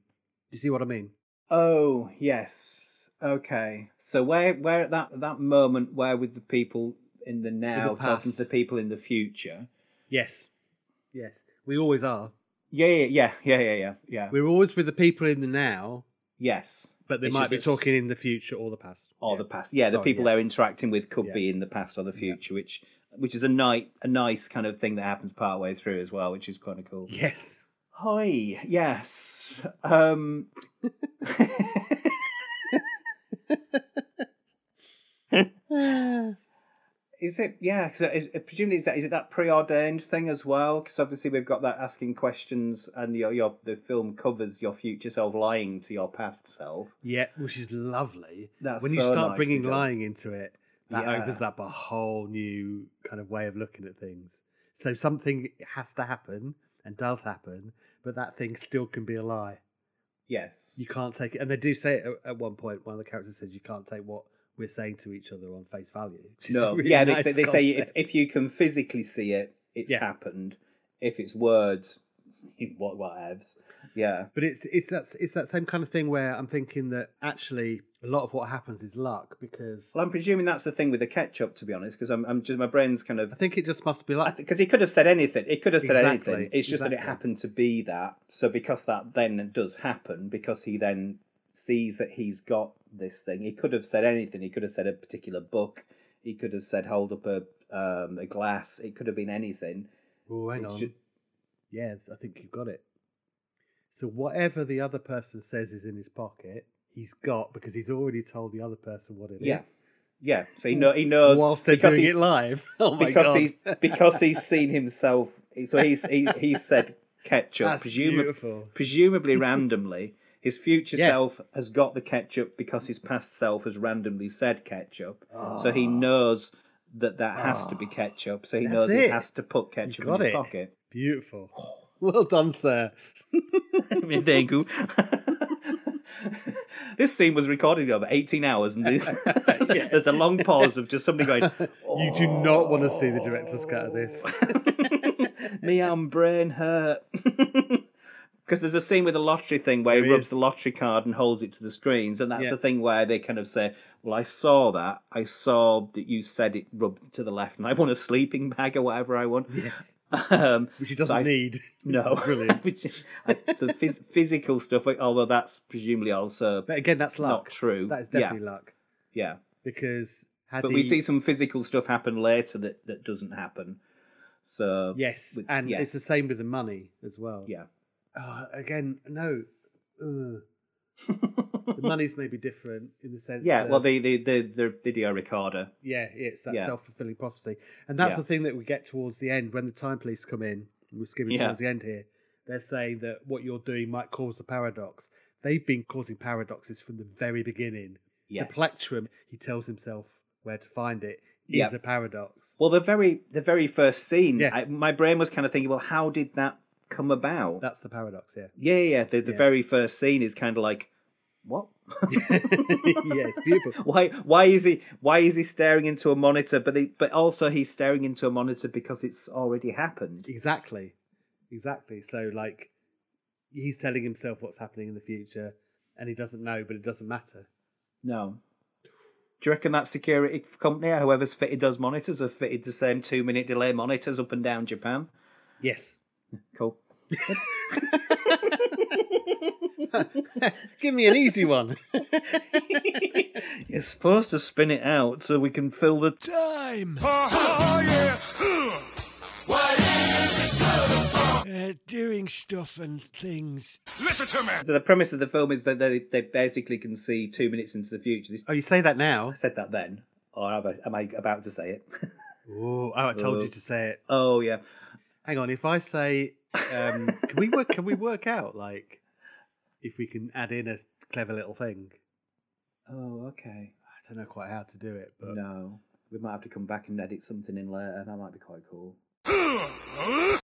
You see what I mean?
Oh yes. Okay. So where where at that that moment where with the people in the now talking
past.
to the people in the future.
Yes. Yes. We always are.
Yeah, yeah, yeah, yeah, yeah, yeah. yeah.
We're always with the people in the now,
Yes.
but they
It's
might
just
be
it's-
talking in the future or the past.
Or the past. Yeah, the
Sorry,
people
yes.
they're interacting with could
Yeah.
be in the past or the future, which which is a night a nice kind of thing that happens part way through as well, which is kind of cool.
Yes.
Hi, yes. Um Is it? Yeah. So is, uh, presumably, is that is it that preordained thing as well? Because obviously we've got that asking questions, and your your the film covers your future self lying to your past self.
Yeah, which is lovely.
That's
when you
so
start
nicely
bringing
done.
lying into it, that
Yeah.
opens up a whole new kind of way of looking at things. So something has to happen and does happen, but that thing still can be a lie.
Yes.
You can't take it. And they do say it at- at one point, one of the characters says, you can't take what we're saying to each other on face value. which is a
no.
really
yeah. They,
nice
they say if,
concept.
if you can physically see it, it's
Yeah.
happened. If it's words, what whatevs. Yeah.
But it's it's that it's that same kind of thing where I'm thinking that actually a a lot of what happens is luck because
Well, I'm presuming that's the thing with the ketchup, to be honest, because I'm, I'm just my brain's kind of
I think it just must be luck.
because he could have said anything. It could have said
Exactly,
anything. It's just that it
exactly.
happened to be that. So because that then does happen, because he then sees that he's got this thing, he could have said anything. He could have said a particular book. He could have said hold up a um, a glass. It could have been anything.
Oh, hang
It's
on.
ju-
Yeah, I think you've got it. So whatever the other person says is in his pocket, he's got because he's already told the other person what it is.
Yeah. yeah. So he know he knows
Whilst they're
because
doing
he's-
it live. Oh my
because
god.
he's because he's seen himself. So he's he he said ketchup.
That's
presumably,
beautiful.
presumably randomly, his future
Yeah.
self has got the ketchup because his past self has randomly said ketchup. So he
Ah.
knows that that has to be ketchup. So he
That's
knows he
it.
has to put ketchup
got
in his
it.
pocket.
Beautiful. Well done, sir.
there you go. this scene was recorded over 18 hours, and there's, there's a long pause of just somebody going,
You do not want to see the director's cut of this.
Oh. Me, I'm brain hurt. Because there's a scene with a lottery thing where he
There
rubs
is.
the lottery card and holds it to the screens, and that's
Yeah.
the thing where they kind of say, "Well, I saw that. I saw that you said it rubbed to the left, and I want a sleeping bag or whatever I want."
Yes.
Um,
Which he doesn't
I-
need. which
no,
is brilliant.
Which is- I- so phys- physical stuff, like, although that's presumably also
But again, that's luck.
not true.
That is definitely luck.
yeah, yeah.
Because had
But
he...
we see some physical stuff happen later that that doesn't happen. So
Yes,
with-
and
yes.
it's the same with the money as well.
yeah,
Ah, again, no. Ugh. the money's maybe different in the sense.
yeah. Well,
of-
the the the, the video recorder.
yeah, it's that
yeah.
self fulfilling prophecy, and that's
Yeah.
the thing that we get towards the end when the time police come in. We're skimming
Yeah.
towards the end here. They're saying that what you're doing might cause a paradox. They've been causing paradoxes from the very beginning.
Yes.
The plectrum, he tells himself where to find it, is
Yeah.
a paradox.
Well, the very the very first scene,
Yeah.
I, my brain was kind of thinking, well, how did that come about?
That's the paradox, yeah.
yeah, yeah, yeah. The, the
Yeah.
very first scene is kind of like, what?
yeah, it's beautiful.
Why? Why is he? Why is he staring into a monitor? But they, but also he's staring into a monitor because it's already happened.
Exactly. Exactly. So like he's telling himself what's happening in the future and he doesn't know, but it doesn't matter.
No. Do you reckon that security company, or whoever's fitted those monitors, have fitted the same two-minute delay monitors up and down Japan?
Yes.
Cool.
Give me an easy one.
You're supposed to spin it out so we can fill the
Time. Oh, yeah. What is it uh, Doing stuff and things. Listen to me.
So the premise of the film is that they, they basically can see two minutes into the future. This,
Oh, you say that now?
I said that then, or have I, am I about to say it?
Oh, I told you
Uh,
to say it.
oh yeah,
Hang on, if I say um can we work can we work out like if we can add in a clever little thing?
oh okay.
I don't know quite how to do it, but
No, we might have to come back and edit something in later. That might be quite cool.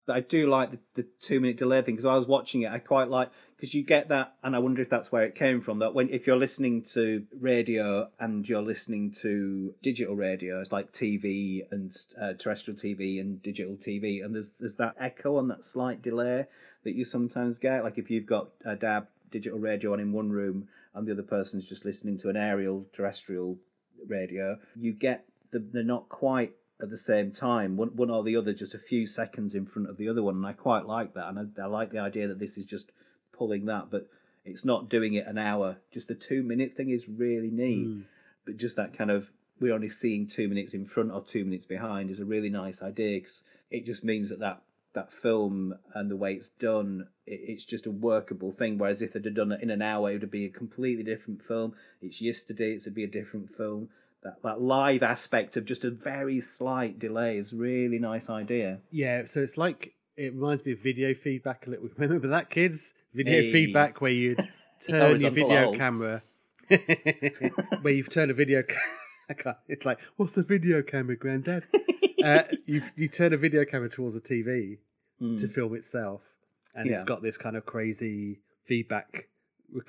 But I do like the, the two minute delay thing because I was watching it. I quite like because you get that, and I wonder if that's where it came from. That when if you're listening to radio and you're listening to digital radio, it's like TV and uh, terrestrial TV and digital TV, and there's there's that echo and that slight delay that you sometimes get. Like if you've got a DAB digital radio on in one room and the other person's just listening to an aerial terrestrial radio, you get the, they're not quite at the same time, one, one or the other, just a few seconds in front of the other one. And I quite like that. And I, I like the idea that this is just pulling that, but it's not doing it an hour. Just the two minute thing is really neat.
Hmm.
But just that kind of we're only seeing two minutes in front or two minutes behind is a really nice idea 'cause it just means that that that film and the way it's done, it, it's just a workable thing. Whereas if they'd have done it in an hour, it would have been a completely different film. It's yesterday, it'd be a different film. That that live aspect of just a very slight delay is really nice idea.
Yeah, so it's like it reminds me of video feedback a little. Remember that, kids? Video
Hey. Oh,
feedback where you'd turn
Always
your
on full
video
hold.
camera, where you turn a video. ca- I can't. It's like, what's a video camera, Granddad? uh, you you turn a video camera towards the TV
Mm.
to film itself, and it's
Yeah.
got this kind of crazy feedback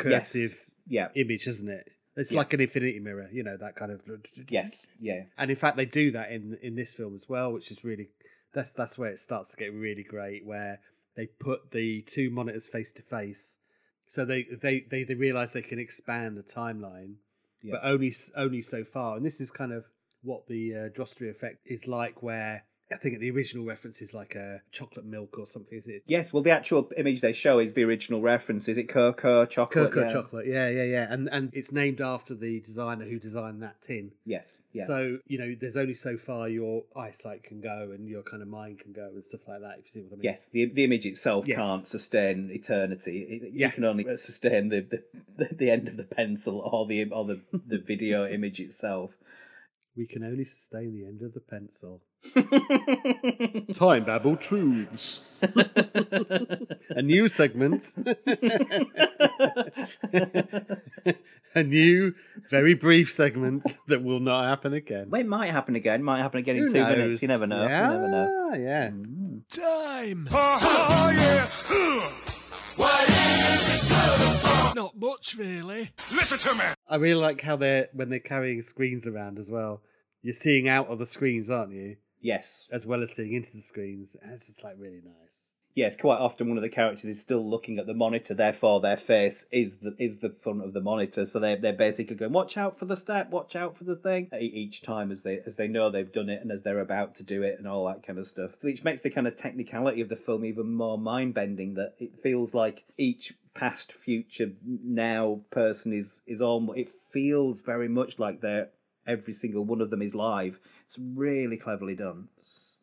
Yes.
recursive
Yeah.
image, isn't it? It's
Yeah.
like an infinity mirror, you know, that kind of
Yes. Yeah.
and in fact they do that in in this film as well which is really that's that's where it starts to get really great where they put the two monitors face to face so they they they, they realize they can expand the timeline
Yeah.
but only s- only so far. And this is kind of what the uh, Drostery effect is like, where I think the original reference is like a chocolate milk or something. Is it
Yes, well, the actual image they show is the original reference. Is it Cocoa chocolate?
cocoa
Yeah.
chocolate? Yeah, yeah, yeah. And and it's named after the designer who designed that tin.
Yes. Yeah.
So you know, there's only so far your eyesight can go and your kind of mind can go and stuff like that. If you see what I mean?
yes, the the image itself
Yes.
can't sustain eternity. It, it-
Yeah.
You can only sustain the, the the end of the pencil or the or the, the video image itself.
We can only sustain the end of the pencil.
Time
Time babble truths. a new segment. a new, very brief segment that will not happen again.
Well, it might happen again. Might happen again in
Who
two
knows?
minutes. You never know.
Yeah,
You never know.
yeah.
Mm.
Time. Oh, yeah. What is it good for? Not much, really. Listen to me.
I really like how they're when they're carrying screens around as well. You're seeing out of the screens, aren't you?
Yes,
As well as seeing into the screens. And it's just like really nice.
yes. Quite often, one of the characters is still looking at the monitor. Therefore, their face is the is the front of the monitor. So they're they're basically going, "Watch out for the step. Watch out for the thing." e- Each time, as they as they know they've done it and as they're about to do it and all that kind of stuff, so which makes the kind of technicality of the film even more mind bending. That it feels like each past, future, now person is is on. It feels very much like they're every single one of them is live. It's really cleverly done.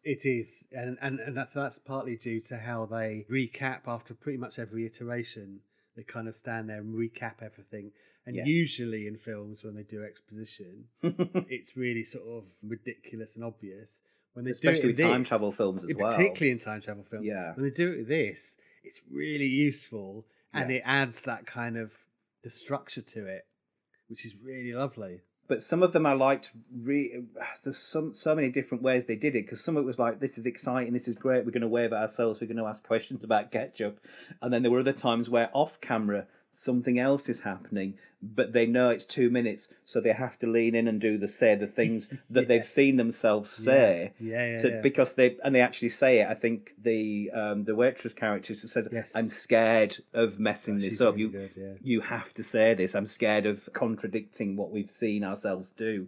It is, and and and that- that's partly due to how they recap after pretty much every iteration. They kind of stand there and recap everything. And
Yes.
usually in films, when they do exposition, it's really sort of ridiculous and obvious. When they
especially
do it
with
in
time
this-
travel films as well.
particularly in time travel films.
Yeah.
When they do it with this, it's really useful, and
Yeah.
it adds that kind of the structure to it, which is really lovely.
But some of them I liked. Re- there's some so many different ways they did it because some of it was like this is exciting, this is great. We're going to wave at ourselves. We're going to ask questions about ketchup, and then there were other times where off camera something else is happening, but they know it's two minutes, so they have to lean in and do the say the things that they've seen themselves say.
Yeah, yeah,
to,
yeah.
because they and they actually say it. I think the um, the waitress character says,
Yes.
"I'm scared of messing this
She's
up."
really
you
good, yeah.
you have to say this. I'm scared of contradicting what we've seen ourselves do,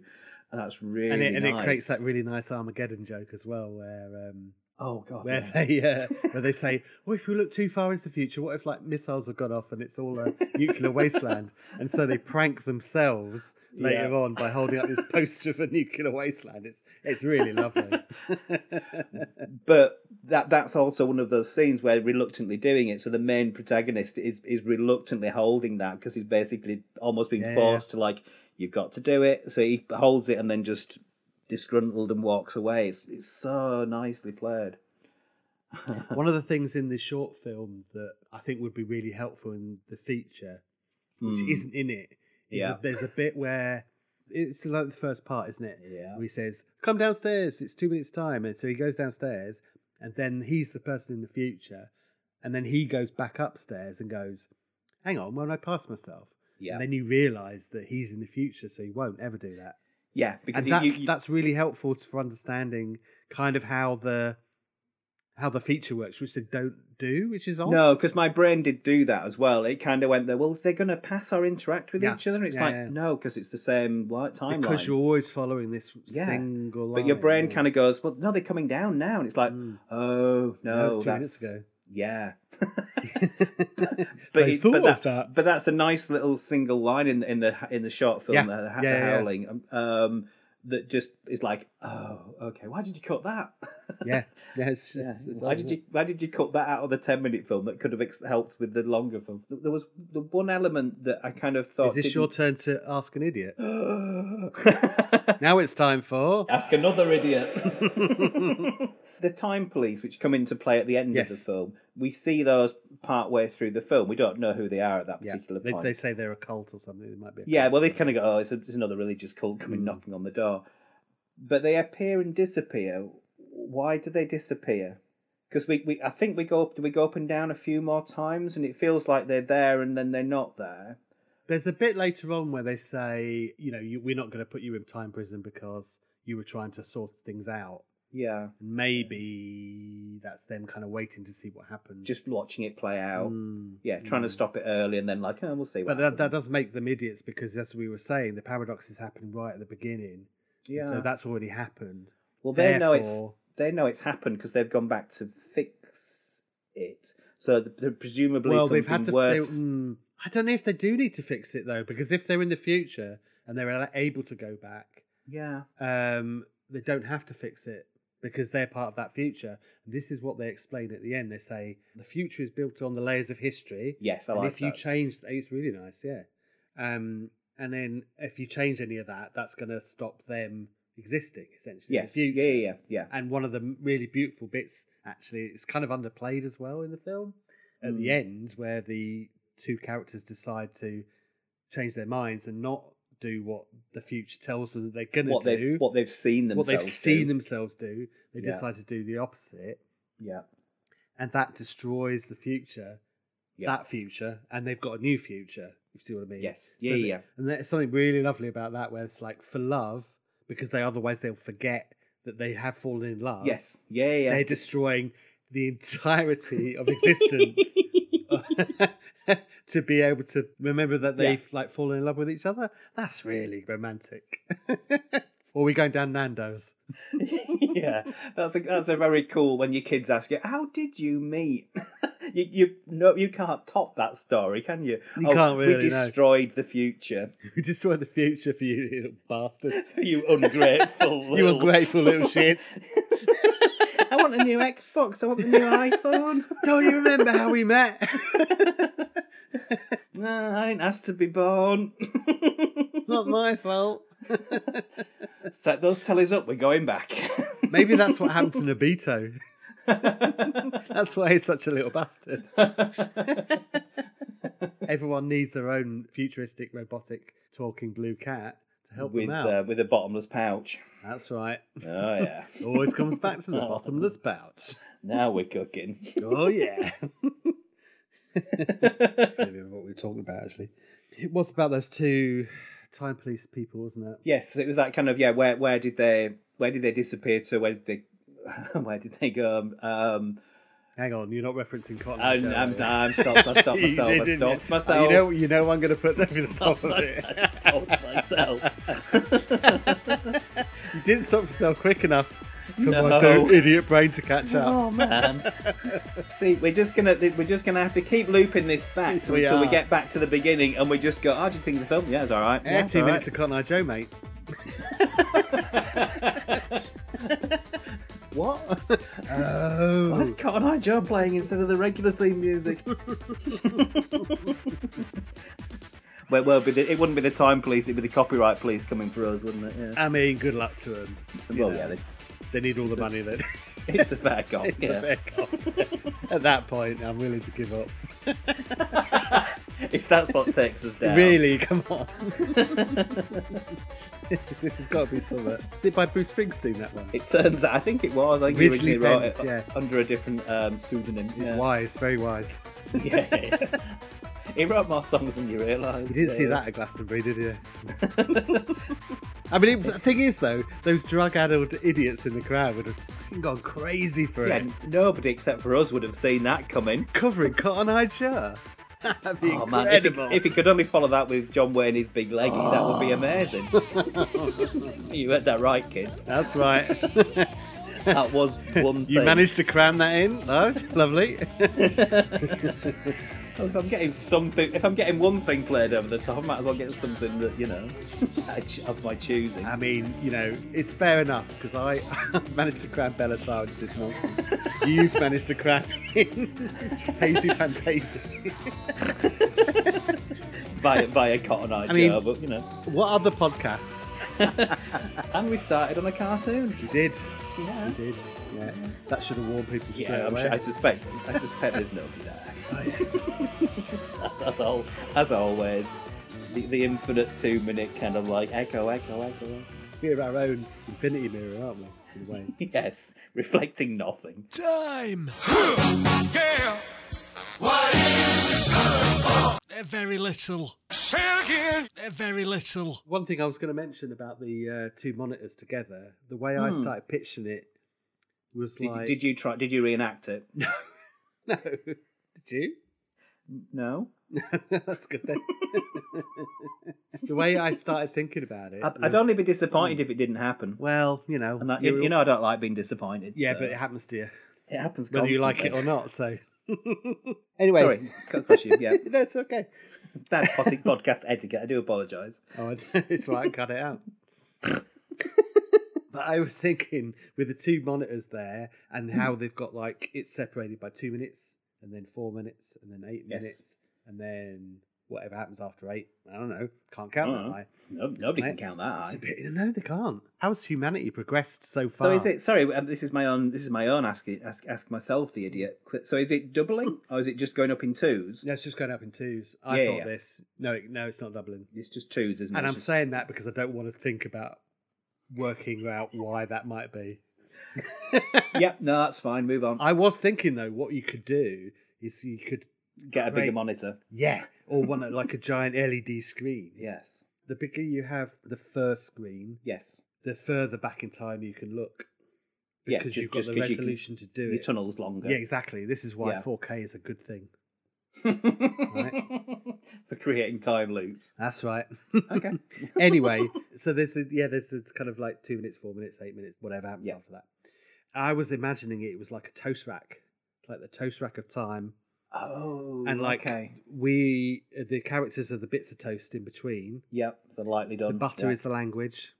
and that's really
and it, and
nice.
it creates that really nice Armageddon joke as well, where um,
oh god,
where
yeah.
they uh, where they say, "Well, if we look too far into the future, what if like missiles have gone off and it's all a nuclear wasteland?" And so they prank themselves later
Yeah.
on by holding up this poster of a nuclear wasteland. It's it's really lovely.
but that that's also one of those scenes where reluctantly doing it. So the main protagonist is is reluctantly holding that because he's basically almost being
Yeah, yeah,
forced to like you've got to do it. So he holds it and then just disgruntled and walks away. It's, it's so nicely played. Uh,
One of the things in this short film that I think would be really helpful in the feature, which
Hmm.
isn't in it, is
Yeah.
that there's a bit where it's like the first part, isn't it?
Yeah.
where he says, "Come downstairs. It's two minutes time." And so he goes downstairs, and then he's the person in the future, and then he goes back upstairs and goes, "Hang on, won't I pass myself?"
Yeah.
And then you realise that he's in the future, so he won't ever do that.
yeah. Because
And
you- you-
that's
you-
that's really helpful for understanding kind of how the how the feature works, which they don't do, which is odd.
No, because my brain did do that as well. It kind of went there. Well, they're going to pass or interact with
Yeah.
each other. And it's
Yeah,
like
yeah.
no, because it's the same like timeline.
because you're always following this
Yeah.
single.
but your
line.
brain kind of goes, well, no, they're coming down now, and it's like,
Mm.
oh no,
No, it was two
that's
minutes ago.
yeah.
I
it-
thought
but
of that.
but that's a nice little single line in in the in the short film, uh,
Yeah.
the, the
Yeah, yeah, yeah.
howling, um, um, that just is like, oh, okay, why did you cut that?
yeah, yeah. It's,
Yeah.
it's- it's
Why
odd,
did
isn't
you Why did you cut that out of the ten minute film that could have ex- helped with the longer film? Th- There was the one element that I kind of
it?
thought.
Is this your turn to ask an idiot?
didn't-
Now it's time for
Ask another idiot. the time police, which come into play at the end of
Yes.
the film, we see those part way through the film. We don't know who they are at that
yeah.
particular
They,
point.
they say they're a cult or something. They might be. a
Yeah,
cult.
well, they kind of go, oh, it's, a, it's another religious cult coming
Mm.
knocking on the door. But they appear and disappear. Why do they disappear? Because we, we, I think we go up, do we go up and down a few more times, and it feels like they're there and then they're not there.
There's a bit later on where they say, you know, you, we're not going to put you in time prison because you were trying to sort things out.
Yeah.
And maybe that's them kind of waiting to see what happens.
Just watching it play out.
Mm,
Yeah, trying to
mm.
stop it early and then like, oh, we'll see. What
But that, that
happens."
does make them idiots because, as we were saying, the paradox is happening right at the beginning. and
yeah.
So that's already happened.
well, they know it's
Therefore-
they know it's happened because they've gone back to fix it. So the, the- presumably
well,
something
they've had to.
worse.
They, mm, I don't know if they do need to fix it though, because if they're in the future and they're able to go back,
Yeah.
um, they don't have to fix it because they're part of that future. And this is what they explain at the end. They say the future is built on the layers of history,
Yes, I
and
like
if you
that.
change, it's really nice, yeah. Um, and then if you change any of that, that's going to stop them existing essentially. in
yes.
the
Yeah,
future.
yeah, yeah, yeah.
And one of the really beautiful bits, actually, it's kind of underplayed as well in the film at the
Mm.
end, where the two characters decide to change their minds and not do what the future tells them that they're going
What
to
they've
do,
what they've seen
what
themselves.
they've seen
do.
themselves do. They
Yeah.
decide to do the opposite,
Yeah.
and that destroys the future,
Yeah.
that future, and they've got a new future. If you see what I mean?
Yes.
So
Yeah,
the-
yeah.
and there's something really lovely about that, where it's like for love, because they otherwise they'll forget that they have fallen in love
Yes. Yeah, yeah. yeah.
they're destroying the entirety of existence to be able to remember that they've like fallen in love with each other. That's really romantic. or are we going down Nando's?
yeah, that's a, that's a very cool when your kids ask you, "How did you meet?" you you no, you can't top that story, can you? Oh,
You can't really,
We
no.
destroyed the future.
We destroyed the future for you, you little bastards.
you ungrateful.
You ungrateful little shits.
I want a new Xbox. I want the new iPhone.
Don't you remember how we met?
no, I didn't ask to be born.
Not my fault.
Set those tellies up. We're going back.
Maybe that's what happened to Nobito. That's why he's such a little bastard. Everyone needs their own futuristic robotic talking blue cat to help
with
them out.
uh, with a bottomless pouch.
That's right.
Oh yeah.
Always comes back to the bottomless pouch.
Now we're cooking.
Oh yeah. Maybe what we were talking about actually. It was about those two time police people, wasn't it?
Yes, it was that kind of yeah. Where where did they where did they disappear to? Where did they where did they go? Um,
Hang on, you're not referencing Cotton.
I'm,
Joe,
I'm,
are you?
I'm stopped. I stopped
You
myself.
did,
I
didn't Oh, you?
stopped myself.
You know, you know, I'm going to put that at the top of it.
I stopped myself.
You didn't stop yourself quick enough for
No.
my dumb idiot brain to catch up.
oh man! See, we're just gonna we're just gonna have to keep looping this back
We
until we
are.
get back to the beginning, and we just go. Oh, do you think the film? Yeah, it's all right.
Yeah,
Yeah,
Eh, two minutes of Cotton Eye Joe, mate.
What? Why is
Oh,
Cotton Eye Joe playing instead of the regular theme music? well, well, be the, it wouldn't be the time police, it'd be the copyright police coming for us, wouldn't it? Yeah.
I mean, good luck to them.
well, yeah,
They need all the money that
they, it's a fair cop.
it's a
yeah.
fair cop. At that point, I'm willing to give up.
if that's what takes us down.
Really, come on. it's, it's got to be something. Is it by Bruce Springsteen that one?
It turns out, I think it was. I think
Ridgely
he originally
Bennett,
wrote it
yeah.
under a different um, pseudonym. Yeah.
Wise, very wise.
yeah, yeah, yeah. He wrote more songs than you realise.
You didn't see
so-
that at Glastonbury, did you? I mean, it, the thing is, though, those drug-addled idiots in the crowd would have fucking gone crazy for
Yeah,
it.
nobody except for us would have seen that coming.
Covering Cotton Eye Joe. That'd be
Oh man, if he,
incredible.
if he could only follow that with John Wayne's big leggy, that would
Oh.
be amazing. you heard that right, kids.
That's right.
That was one
You
thing.
managed to cram that in, though. Lovely.
If I'm getting something, if I'm getting one thing played over the top, I might as well get something that you know I ch- of my choosing.
I mean, you know, it's fair enough because I managed to cram Bellatar into this nonsense. You've managed to cram in Hazy Fantasy.
Via via Cotton Eye
I mean-
Joe, but you know,
What other podcast?
and we started on a cartoon.
You did.
Yeah,
You did. Yeah. That should have warned people straight
yeah. I'm
away.
sure, I suspect. I suspect there's nobody there.
Oh,
as, as, al- as always, the, the infinite two minute kind of like echo, echo, echo. echo.
We're our own infinity mirror, aren't we? In a way.
Yes, reflecting nothing.
Time!
Yeah. What is it good for?
They're Uh, very little.
Say it again.
They're very little.
uh, One thing I was going to mention about the uh, two monitors together, the way I started pitching it was
Hmm. Did,
like.
did you try? Did you reenact it?
No. Did you?
No.
That's good then. the way I started thinking about it.
I, I'd
was-
only be disappointed if it didn't happen.
Well, you know.
And that,
you're-
you, you know, I don't like being disappointed.
Yeah,
so
but it happens to you,
it happens.
whether you like it
constantly.
or not. So. anyway.
Sorry, cut across you. Yeah,
That's okay.
bad pod- podcast etiquette. I do apologise.
Oh, I- it's all right. Cut it out. but I was thinking with the two monitors there and how
Mm.
they've got like it's separated by two minutes and then four minutes and then eight
Yes.
minutes and then whatever happens after eight. I don't know. Can't count that
Uh-huh.
high.
No, nobody
Right.
can count that
It's
high.
a bit, no, they can't. How has humanity progressed so far?
So is it? Sorry, um, this is my own. This is my own ask. Ask, ask myself, the idiot. Qu- So is it doubling or is it just going up in twos?
No, it's just going up in twos. I
Yeah,
thought
yeah.
this. No, it- no, it's not doubling.
It's just twos, isn't it?
And I'm
It's just-
saying that because I don't want to think about working out why that might be.
Yep. No, that's fine. Move on.
I was thinking though, what you could do is you could,
Get a bigger
Great.
monitor.
yeah, or one that- like a giant LED screen.
Yes.
The bigger you have the first screen,
Yes.
the further back in time you can look
Yeah,
because
ju-
you've got
just
the
'cause you can-
resolution to do
Your
it.
tunnel's longer.
Yeah, exactly. This is why
Yeah.
4K is a good thing.
For creating time loops.
That's right.
Okay.
anyway, so there's the, yeah, there's the kind of like two minutes, four minutes, eight minutes, whatever happens
Yeah.
after that. I was imagining it was like a toast rack, like the toast rack of time,
Oh.
and like
Okay.
we the characters are the bits of toast in between.
Yep. So lightly done.
The butter
yeah.
is the language.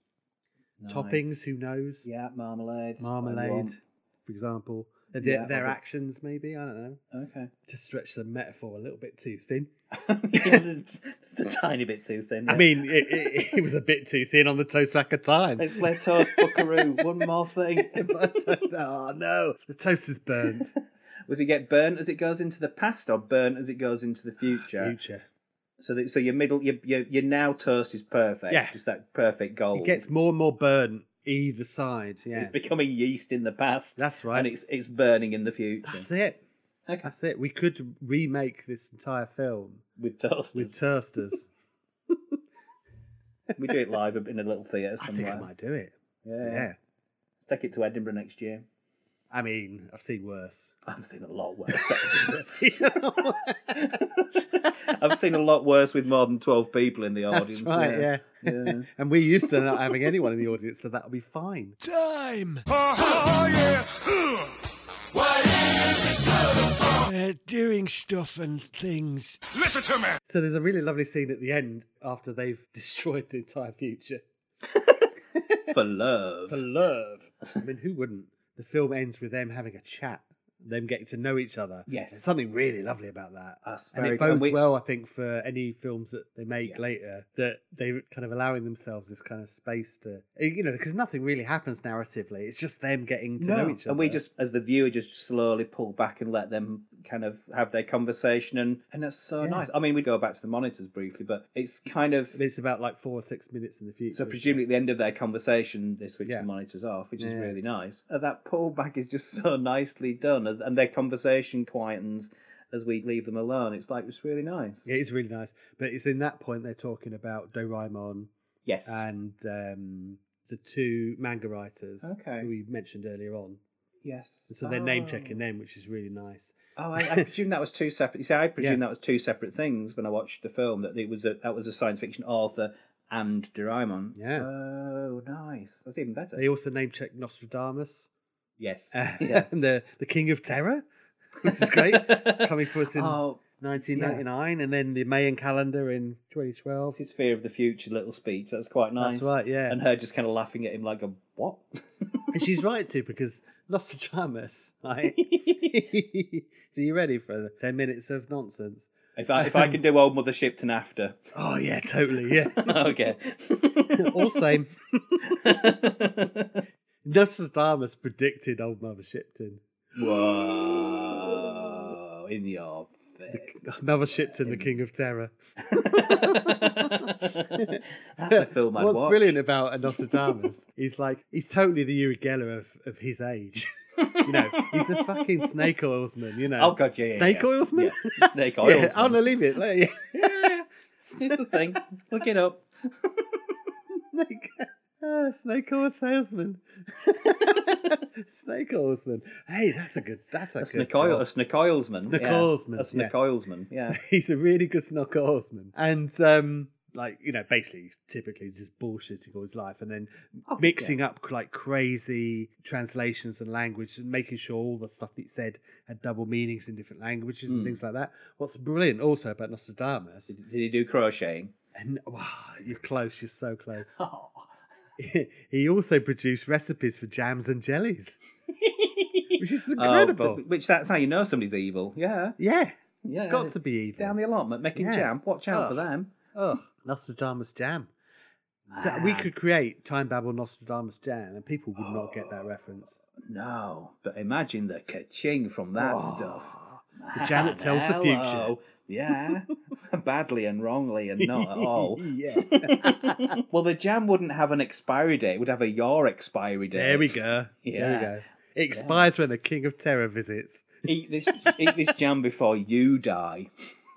Nice.
Toppings, who knows?
Yeah. Marmalade.
Marmalade,
what
for example. Their,
Yeah,
their
other-
actions, maybe. I don't know.
you want. Okay.
To stretch the metaphor a little bit too thin.
yeah, it's, it's a tiny bit too thin.
I
yeah.
mean, it, it, it was a bit too thin on the toast rack of time.
let's play toast, buckaroo. One more thing.
oh no, the toast is burnt.
Was it get burnt as it goes into the past, or burnt as it goes into the future?
Future.
So, that, so your middle, your, your your now toast is perfect.
Yeah.
just that perfect gold.
It gets more and more burnt either side. Yeah,
It's becoming yeast in the past,
that's right.
and it's it's burning in the future.
that's it.
Okay.
That's it. We could remake this entire film
With toast,
with toasters.
we do it live in a little theatre
I think
somewhere.
I might do it.
Yeah.
Yeah.
take it to Edinburgh next year.
I mean, I've seen worse.
I've seen a lot worse. at Edinburgh.
That's
I've seen a lot worse with more than twelve people in the audience.
right, yeah.
yeah.
And we're used to not having anyone in the audience, so that'll be fine.
Time.
Oh, yeah. What is it good for?
Uh, doing stuff and things.
Listen to me.
So there's a really lovely scene at the end after they've destroyed the entire future.
for love.
For love. I mean, who wouldn't? The film ends with them having a chat, them getting to know each other.
Yes.
There's something really lovely about that.
That's
And
very
it
good. And
bodes
we-
well, I think, for any films that they make
Yeah.
later that they're kind of allowing themselves this kind of space to, you know, because nothing really happens narratively. It's just them getting to know each other.
And we just, as the viewer, just slowly pull back and let them kind of have their conversation, and and that's so
Yeah.
nice. I mean, we go back to the monitors briefly, but it's kind of
But it's about like four or six minutes in the future.
so. Presumably, at the end of their conversation, they switch
Yeah.
the monitors off, which is
Yeah.
really nice. And that pullback is just so nicely done, and and their conversation quietens as we leave them alone. It's like it's really nice.
it is really nice. But it's in that point they're talking about Doraemon
Yes.
and um, the two manga writers
Okay.
who we mentioned earlier on.
yes.
And so they're name
Oh.
checking them, which is really nice.
Oh, I, I presume that was two separate. You see, I presume
Yeah.
that was two separate things when I watched the film. That it was a, that was a science fiction author and Doraemon.
Yeah.
Oh, nice. That's even better.
They also name check Nostradamus,
Yes.
uh,
yeah.
and the the King of Terror, which is great, coming for us in
Oh,
1999, and then the Mayan calendar in 2012.
it's his fear of the future little speech. That's quite nice.
That's right, yeah.
And her just kind of laughing at him like a what?
And she's right too, because Nostradamus, right? so you ready for 10 minutes of nonsense?
if I if I can do old mother Shipton after.
Oh, yeah, totally, yeah.
okay.
All same. Nostradamus predicted old Mother Shipton.
Whoa! In your face.
Mother Shipton, the King of Terror.
That's a film I'd
What's
watch.
brilliant about a Nostradamus, he's like, he's totally the Uri Geller of, of his age. you know, he's a fucking snake oilsman, you know.
Oh god, yeah, yeah,
snake
yeah.
oilsman?
Yeah, Snake oilsman.
Yeah, I'm going to leave it. Like, yeah.
It's the thing. Look it up.
uh, snake, ah, snake oil salesman. Snake Oilsman. Hey, that's a good. That's a,
A
good.
snake oil,
job.
a snake oilsman.
Snake
yeah.
oilsman,
A snake
yeah.
oilsman. Yeah.
So he's a really good snook horseman. And um like, you know, basically he's typically just bullshitting all his life and then
Oh,
mixing up like crazy translations and language and making sure all the stuff that he said had double meanings in different languages and
Mm.
things like that. What's brilliant also about Nostradamus
Did, did he do crocheting?
and wow, you're close, you're so close.
Oh.
he also produced recipes for jams and jellies. which is incredible.
Oh, but- which that's how you know somebody's evil. Yeah.
Yeah.
Yeah.
It's got to be evil.
down the allotment making
Yeah.
jam. Watch out
Oh.
for them.
Oh, Nostradamus Jam. So we
Man.
could create Time Babel Nostradamus Jam, and people would not get
Oh,
that reference.
No, but imagine the ka-ching from that
Oh,
stuff.
the jam that tells the
Man,
future.
hello. Yeah, badly and wrongly and not at all.
yeah.
Well, the jam wouldn't have an expiry date; it would have a your expiry date.
There we go. There we
Yeah.
go. It expires when the King of Terror visits.
Eat this, eat this jam before you die.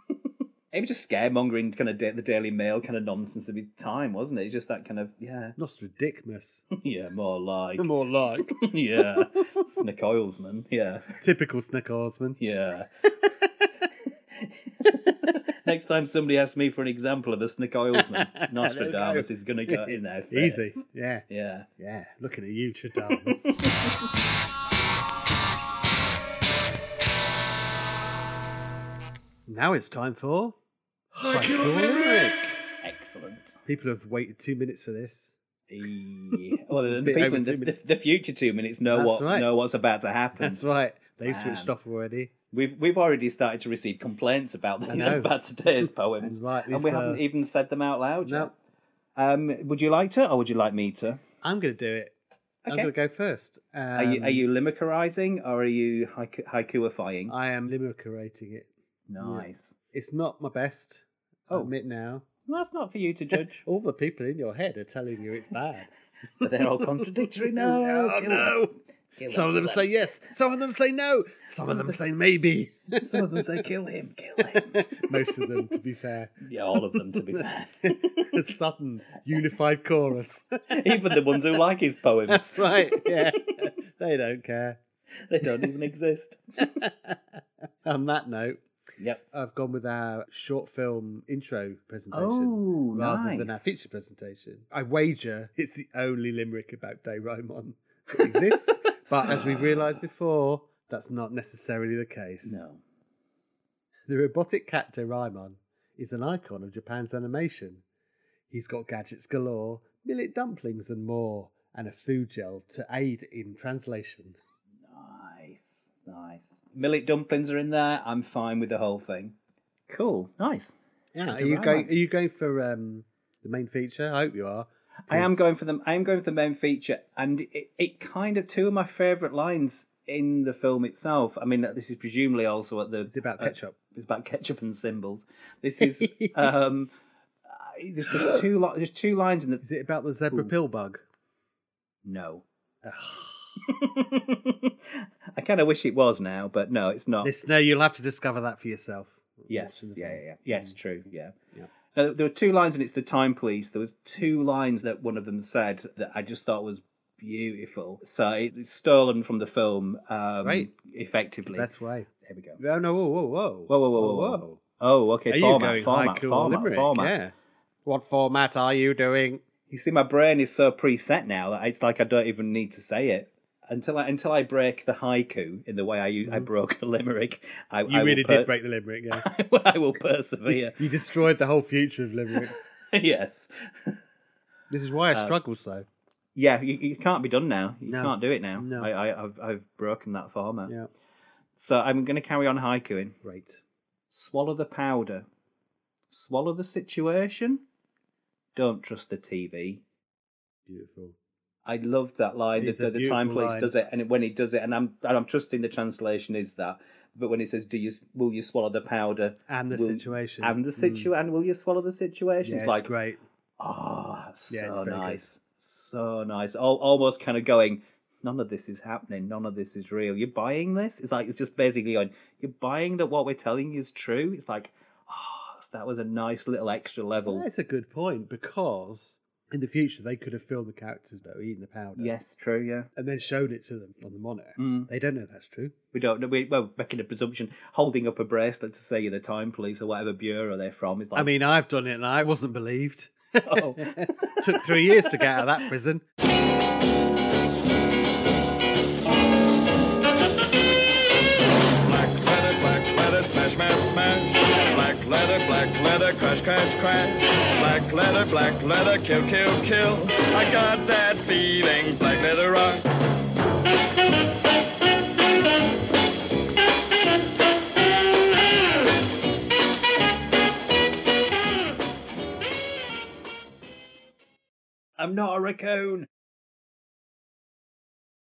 It was just scaremongering, kind of da- the Daily Mail kind of nonsense of his time, wasn't it? It's just that kind of yeah,
Nostradimus.
yeah, more like
More like
yeah, Snick Oilsman, yeah.
typical Snick Oilsman.
Yeah. Next time somebody asks me for an example of a snick oilsman, Nostradamus
There
is going to go in there. first.
Easy. Yeah.
Yeah.
Yeah. Looking at you, Tradamus. now it's time for. Hyperlink.
Excellent.
People have waited two minutes for this.
E- Well, the,
Bit
people
over
in the,
two
the,
minutes.
the future two minutes know what
That's right.
know what's about to happen.
That's right. They've
Man.
switched off already.
We've we've already started to receive complaints about
I know.
the, about today's poems,
That's right,
and
this,
we
uh,
haven't even said them out loud
No.
yet. Um, would you like to, or would you like me to?
I'm going to do it. I'm
Okay.
going to go first. Um,
are you are you limerickizing or are you haiku- haikuifying?
I am limerickerating it.
nice.
It's not my best. I
Oh.
admit now.
Well, that's not for you to judge.
All the people in your head are telling you it's bad.
but they're all contradictory. No,
Oh,
kill
no.
him. Kill him,
Some of them
kill
say
him.
yes. Some of them say no. Some of them say maybe.
some of them say kill him, kill him.
Most of them, to be fair.
yeah, all of them to be fair.
A sudden unified chorus.
even the ones who like his poems,
That's right. Yeah. they don't care.
they don't even exist.
On that note,
Yep.
I've gone with our short film intro presentation.
Oh,
rather
nice.
than our feature presentation. I wager it's the only limerick about Day Raimon that exists, but as we've realised before, that's not necessarily the case.
No.
The robotic cat De Raimon is an icon of Japan's animation. He's got gadgets galore, millet dumplings and more, and a food gel to aid in translation.
Nice, nice. Millet dumplings are in there. I'm fine with the whole thing. Cool, nice.
Yeah, are
De
you
Raimon.
going? Are you going for um, the main feature? I hope you are.
I am
'cause-
going for them. I am going for the main feature, and it, it kind of two of my favourite lines in the film itself. I mean, this is presumably also at the.
It's about
at-
ketchup.
It's about ketchup and symbols. This is um, uh, there's just two li- there's two lines in the
Is it about the zebra
Ooh.
pill bug?
no.
Ugh.
I kind of wish it was now, but no, it's not.
Listener, you'll have to discover that for yourself.
Oh. yes,
Watching the Mm.
yeah, yeah,
film.
yeah. yes, true, yeah.
Yeah.
Now, Uh, there- there were two lines, and it's the time police. There was two lines that one of them said that I just thought was beautiful. So it, it's stolen from the film, um,
Right. It's the
Effectively,
best way.
there we go.
Oh no! Whoa, whoa, whoa,
Whoa, whoa, whoa, whoa, whoa. Oh, okay.
Are
format,
you going
format,
haiku or
format,
limerick?
format.
Yeah. What format are you doing?
You see, my brain is so preset now that it's like I don't even need to say it until I until I break the haiku in the way I u- I broke the limerick. I,
Mm-hmm. You
I will
really
per-
did break the limerick. Yeah.
I will persevere.
you destroyed the whole future of limericks.
yes.
This is why I
Uh,
struggle so.
Yeah, you, you can't be done now. You
No.
can't do it now.
No.
I, I, I've, I've broken that format.
Yeah.
So I'm going to carry on haikuing.
Great.
Swallow the powder. Swallow the situation. Don't trust the TV.
Beautiful.
I loved that line.
It's
The,
a
the time
beautiful
police
line.
does it, and when he does it, and I'm and I'm trusting the translation is that. But when it says, "Do you will you swallow the powder?"
And the
Will-
situation.
and the
Mm.
situ and will you swallow the situation?
Yeah,
it's
it's
like,
great.
ah, oh, so
Yeah, it's very good.
nice, so nice. Al almost kind of going, none of this is happening, none of this is real. You're buying this. It's like it's just basically going, you're buying that what we're telling you is true. It's like, ah, that was a nice little extra level.
That's a good point because in the future they could have filmed the characters though eating the powder
Yes, true, yeah.
and then shown it to them on the monitor
Mm.
they don't know that's true
We don't know. We, well, making a presumption, holding up a bracelet to say you're the time police or whatever bureau they're from. Is like,
i mean i've done it and i wasn't believed
oh.
took three years to get out of that prison
Black leather, black leather, smash, smash, smash. Black leather, black leather, crash, crash, crash. Black leather, black leather, kill, kill, kill. I got that feeling, black leather rock.
I'm not a raccoon.